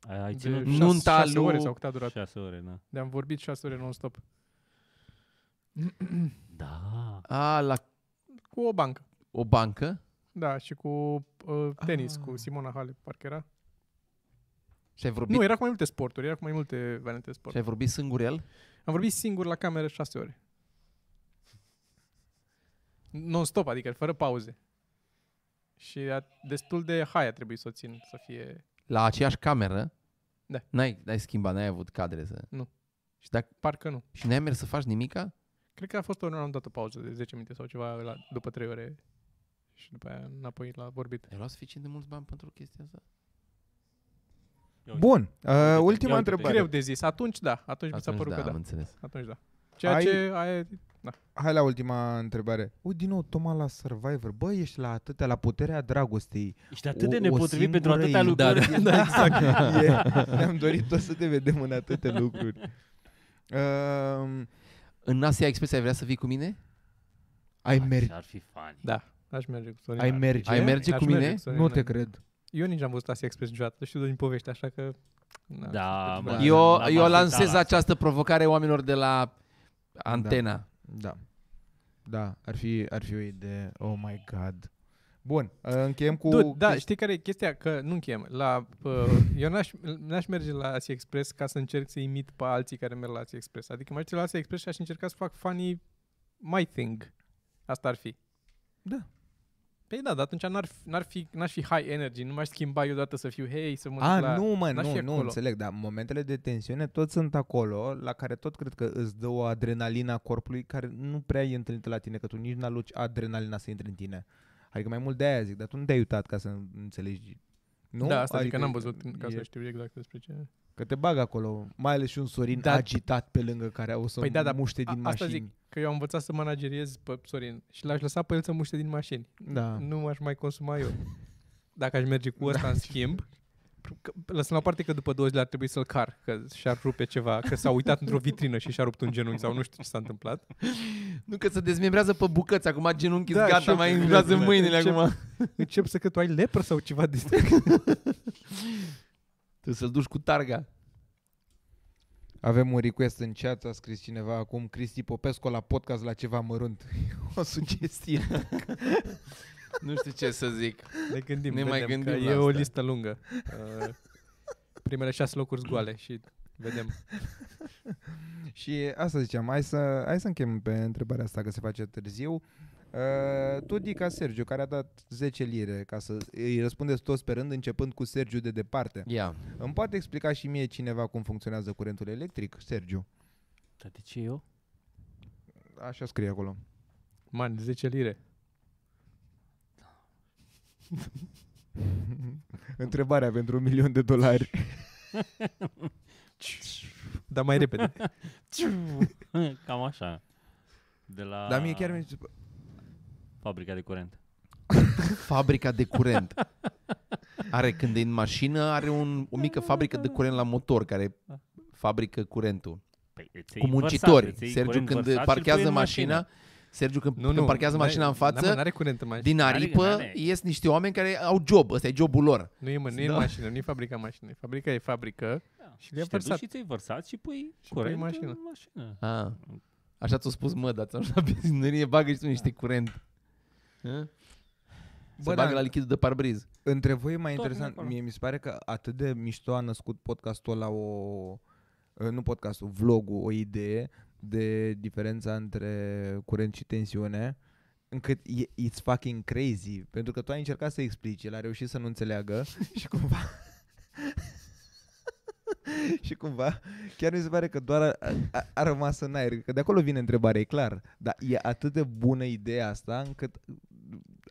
Ai, ai
de
ținut
șase-
nunta
șase
lui-
ore sau cât a durat.
șase ore, da.
De am vorbit șase ore non-stop.
Da.
A, la
Cu o bancă.
o bancă?
Da, și cu uh, tenis,
Ah.
cu Simona Halep, parcă era.
Și ai vorbit,
Nu, era cu mai multe sporturi, era cu mai multe variante de sport.
și ai vorbit singur el?
Am vorbit singur la cameră șase ore. Non-stop, adică fără pauze. Și a, destul de high a trebuit să o țin, să fie...
La aceeași cameră?
Da.
N-ai, n-ai schimbat, n-ai avut cadre să...
Nu.
Și, dacă,
Parcă nu.
și n-ai mers să faci nimica?
Cred că a fost o, am dat o pauză de 10 minute sau ceva la, după 3 ore și după aia înapoi la vorbit.
Ai luat suficient de mulți bani pentru chestia asta?
Bun, uh,
Ia
ultima
uite-te.
întrebare.
Greu de zis. Atunci da, atunci, mi s-a
Atunci
părut
da,
că
am
da.
înțeles.
Atunci da. Ceea
Ai-
ce ai,
Hai la ultima întrebare. U, din nou, Toma la Survivor. Bă, ești la atâtea, la puterea dragostei.
Ești atât de
O- o
nepotrivit pentru
singură
atâtea
idee.
lucruri.
Da,
(laughs)
Da, exact. e, ne-am dorit tot să te vedem în atâtea lucruri. Um,
În Asia Express ai vrea să vii cu mine?
ai,
Ah,
mer-
Ar fi funny.
da, aș merge cu Sorin.
ai merge?
Ai merge
Aș
cu mine?
Sorin,
Nu
da.
te cred.
Eu nici n-am văzut Asia Express niciodată, știu doar din povești, așa că... na,
Da,
sunt
mă.
curios.
Da,
Eu,
l-am
eu
ascultat
lansez
la asta.
această provocare oamenilor de la Antena.
Da. Da, ar fi, ar fi o idee. Oh my god. Bun, deci- uh, încheiem cu...
Dude, da,
chesti-
știi care e chestia? Că nu încheiem. La, uh, eu n-aș, n-aș merge la Asia Express ca să încerc să imit pe alții care merg la Asia Express. Adică m-aș duce la Asia Express și aș încerca să fac funny my thing. Asta ar fi.
Da.
Păi da, dar atunci n-ar, fi- n-ar fi, n-aș fi high energy. Nu m-aș schimba eu deodată să fiu, hei, să mă duc
A,
la...
nu, mă,
n-aș
nu,
fi
nu
acolo.
înțeleg, dar momentele de tensiune tot sunt acolo, la care tot cred că îți dă o adrenalina corpului care nu prea e întâlnită la tine, că tu nici n-aluci adrenalina să intre în tine. Adică mai mult de aia zic, dar tu nu te-ai uitat ca să înțelegi. Nu?
Da, asta adică, n-am văzut ca
e-
să știu exact despre ce.
Că te bag acolo, mai ales și un Sorin
Da.
agitat pe lângă care o să
Păi da, da,
muște
a-
din
asta
mașini.
zic. Că eu am învățat să manageriez pe Sorin și l-aș lăsa pe el să muște din mașini.
Da.
Nu m-aș mai
(laughs)
consuma eu. Dacă aș merge cu
Da.
ăsta în schimb, că- lăsăm la parte că după două zile ar trebui să-l car, că și-ar rupe ceva, că s-a uitat într-o vitrină și și-a rupt un genunchi sau nu știu ce s-a întâmplat.
Nu că se dezmembrează pe bucăți acum, genunchii
Da,
da,
și
gata,
eu
mai
cred că
îngrează
da.
mâinile
Ce-
acum.
Încep să că tu ai lepră sau
(laughs)
ceva de
Tu să-l duci cu targa.
Avem un request în chat, a scris cineva acum, Cristi Popescu la podcast la ceva mărunt. (laughs) o sugestie.
Nu știu ce să zic.
Ne gândim,
Ne mai
vedem,
gândim
că
la
e o
asta.
listă lungă. Uh, primele șase locuri goale și vedem.
Și asta ziceam, hai să, hai să închem pe întrebarea asta că se face târziu. Uh, tu, Dica Sergiu, care a dat 10 lire ca să îi răspundeți toți pe rând, începând cu Sergiu de departe.
Ia.
Îmi poate explica și mie cineva cum funcționează curentul electric, Sergiu?
Dar de ce eu? (laughs)
Așa scrie acolo.
Man, 10 lire.
Întrebarea pentru un milion de dolari.
Dar mai repede.
Cam așa. De la
Dar mie chiar mi se
fabrica de curent.
Fabrica de curent. Are când e în mașină, are un, o mică fabrică de curent la motor care fabrică curentul.
Păi, îți iei
Cu
vărsat,
muncitori.
îți iei
Sergiu
curent
când
vărsat și îl pui
parchează
în mașină.
mașina, Sergiu când, când parchează
n-ai-
mașina în
n-am-
față,
N-are curent în mașină.
din
N-are,
aripă
n-are.
ies niște oameni care au job. Ăsta e jobul lor.
Nu e, mă, nu e în
Da.
mașină, nu e fabrica în mașină. Fabrica e fabrică.
Da.
Și le-a
te duci
vărsat.
Și ți-ai vărsat și pui
Și pui în
curent
mașină.
în mașină.
Ah. Așa ți-a spus mă, dar ți-am la benzinărie, bagă și tu niște curent. Hă?
Bă,
Se
da.
bagă la lichidul de parbriz.
Între voi e mai
Tot
interesant,
acolo.
mie mi se pare că atât de mișto a născut podcastul la o... ă, Nu podcastul, vlogul, o idee de diferența între curent și tensiune, încât e, it's fucking crazy. Pentru că tu ai încercat să explici, el a reușit să nu
(laughs)
înțeleagă și cumva... (laughs) și cumva chiar mi se pare că doar a, a, a rămas în aer, că de acolo vine întrebarea, e clar. Dar e atât de bună ideea asta încât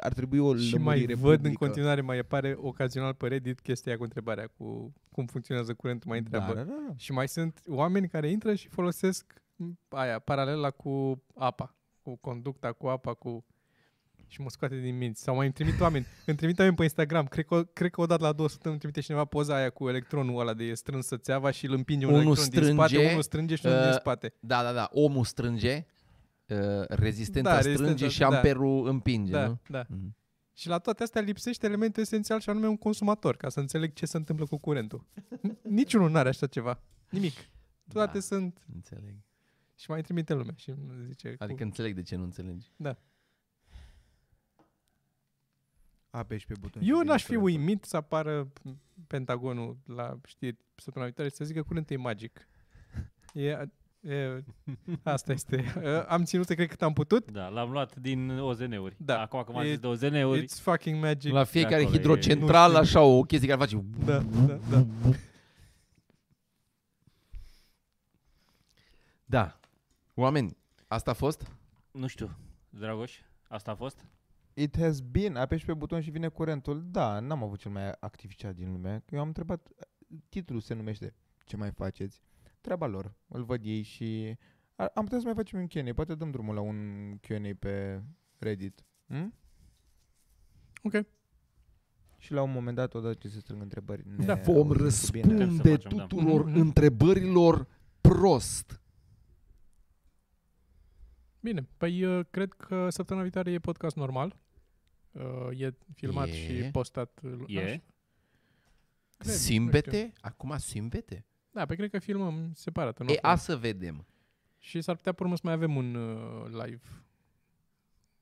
ar trebui o
Și mai
lămurire
văd în
publică.
continuare, mai apare ocazional pe Reddit chestia cu întrebarea cu cum funcționează curentul, mai întreabă.
Da, da, da.
Și mai sunt oameni care intră și folosesc m, aia, paralela cu apa, cu conducta, cu apa, cu și mă scoate din minți. Sau mai îmi trimit oameni. Îmi trimit oameni pe Instagram. Cred că, cred că odată la 200 îmi trimite cineva poza aia cu electronul ăla de e strânsă țeava și îl împinge un
Unul
electron din spate,
strânge,
unul strânge și unul din
uh,
spate.
Da, da, da. Omul strânge, uh, rezistența
Da,
da, strânge
rezistența,
și
da.
amperul împinge,
Da,
nu?
da.
Mhm.
Și la toate astea lipsește elementul esențial și anume un consumator, ca să înțeleg ce se întâmplă cu curentul. N- Niciunul nu are așa ceva. Nimic. Toate
Da.
sunt
Înțeleg.
și mai trimite lumea și îmi zice
Adică
adică...
înțeleg de ce nu înțelegi.
Apeși pe buton.
Eu n-aș fi
da.
uimit să apară Pentagonul la știri săptămâna viitoare și să zică curentul e magic. E, e, asta este.
(laughs)
Am ținut, cred, cât am putut.
Da, l-am luat din OZN-uri.
Da.
Acum că m-am
E-
zis de OZN-uri,
It's fucking magic.
La fiecare
acolo e-
hidrocentrală,
nu
așa, o chestie care face...
Da, da, da.
Da. Oameni, asta a fost?
nu știu, Dragoș, asta a fost?
It has been. Apeși pe buton și vine curentul. Da, n-am avut cel mai activ chat din lume. Eu am întrebat, titlul se numește Ce mai faceți? Treaba lor. Îl văd ei și Ar- Am putea să mai facem un Q&A. Poate dăm drumul la un Q&A pe Reddit. Hm?
Ok.
Și la un moment dat, odată ce se strâng întrebări, ne
Da,
auzim
Vom
cu bine.
răspunde
Putem să facem, da.
tuturor întrebărilor prost.
Bine, păi uh, cred că săptămâna viitoare e podcast normal. Uh, E filmat
E.
și postat. uh,
E?
așa. Cred, cred
Simbete? Acum simbete?
Da, pe cred că filmăm separat. În
E,
noapte.
a să vedem.
Și s-ar putea pe urmă să mai avem un uh, live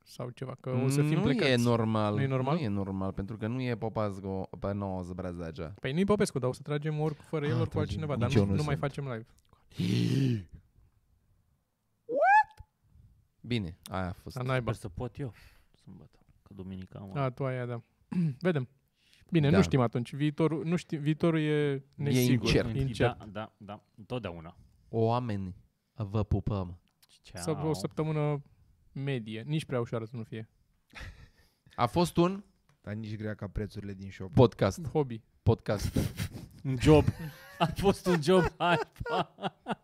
sau ceva, că o să fim
nu
plecați.
e normal.
Nu e normal?
Nu e normal, pentru că nu e Popazgo pe 9 (gasps) Zbrazagea.
Păi nu-i Popescu, dar o să tragem ori fără el,
Ah,
ori cu
tragem.
altcineva, dar
Nici
nu,
eu
nu,
nu
mai
sunt.
facem live.
Bine, aia a fost.
La naiba.
Sper să pot eu sâmbătă, că duminica am...
A, tu aia, da. (clears throat) Vedem. Bine,
Da.
nu știm atunci. Viitorul, nu știm, viitorul e nesigur.
incert.
Da, da, da, întotdeauna.
Oameni, vă pupăm.
Ceau.
Sau o săptămână medie. Nici prea ușoară să nu fie.
A fost un
Dar nici grea ca prețurile din shop.
podcast.
Hobby.
(laughs) Podcast.
(laughs) Un job. A fost un job. Hai, pa.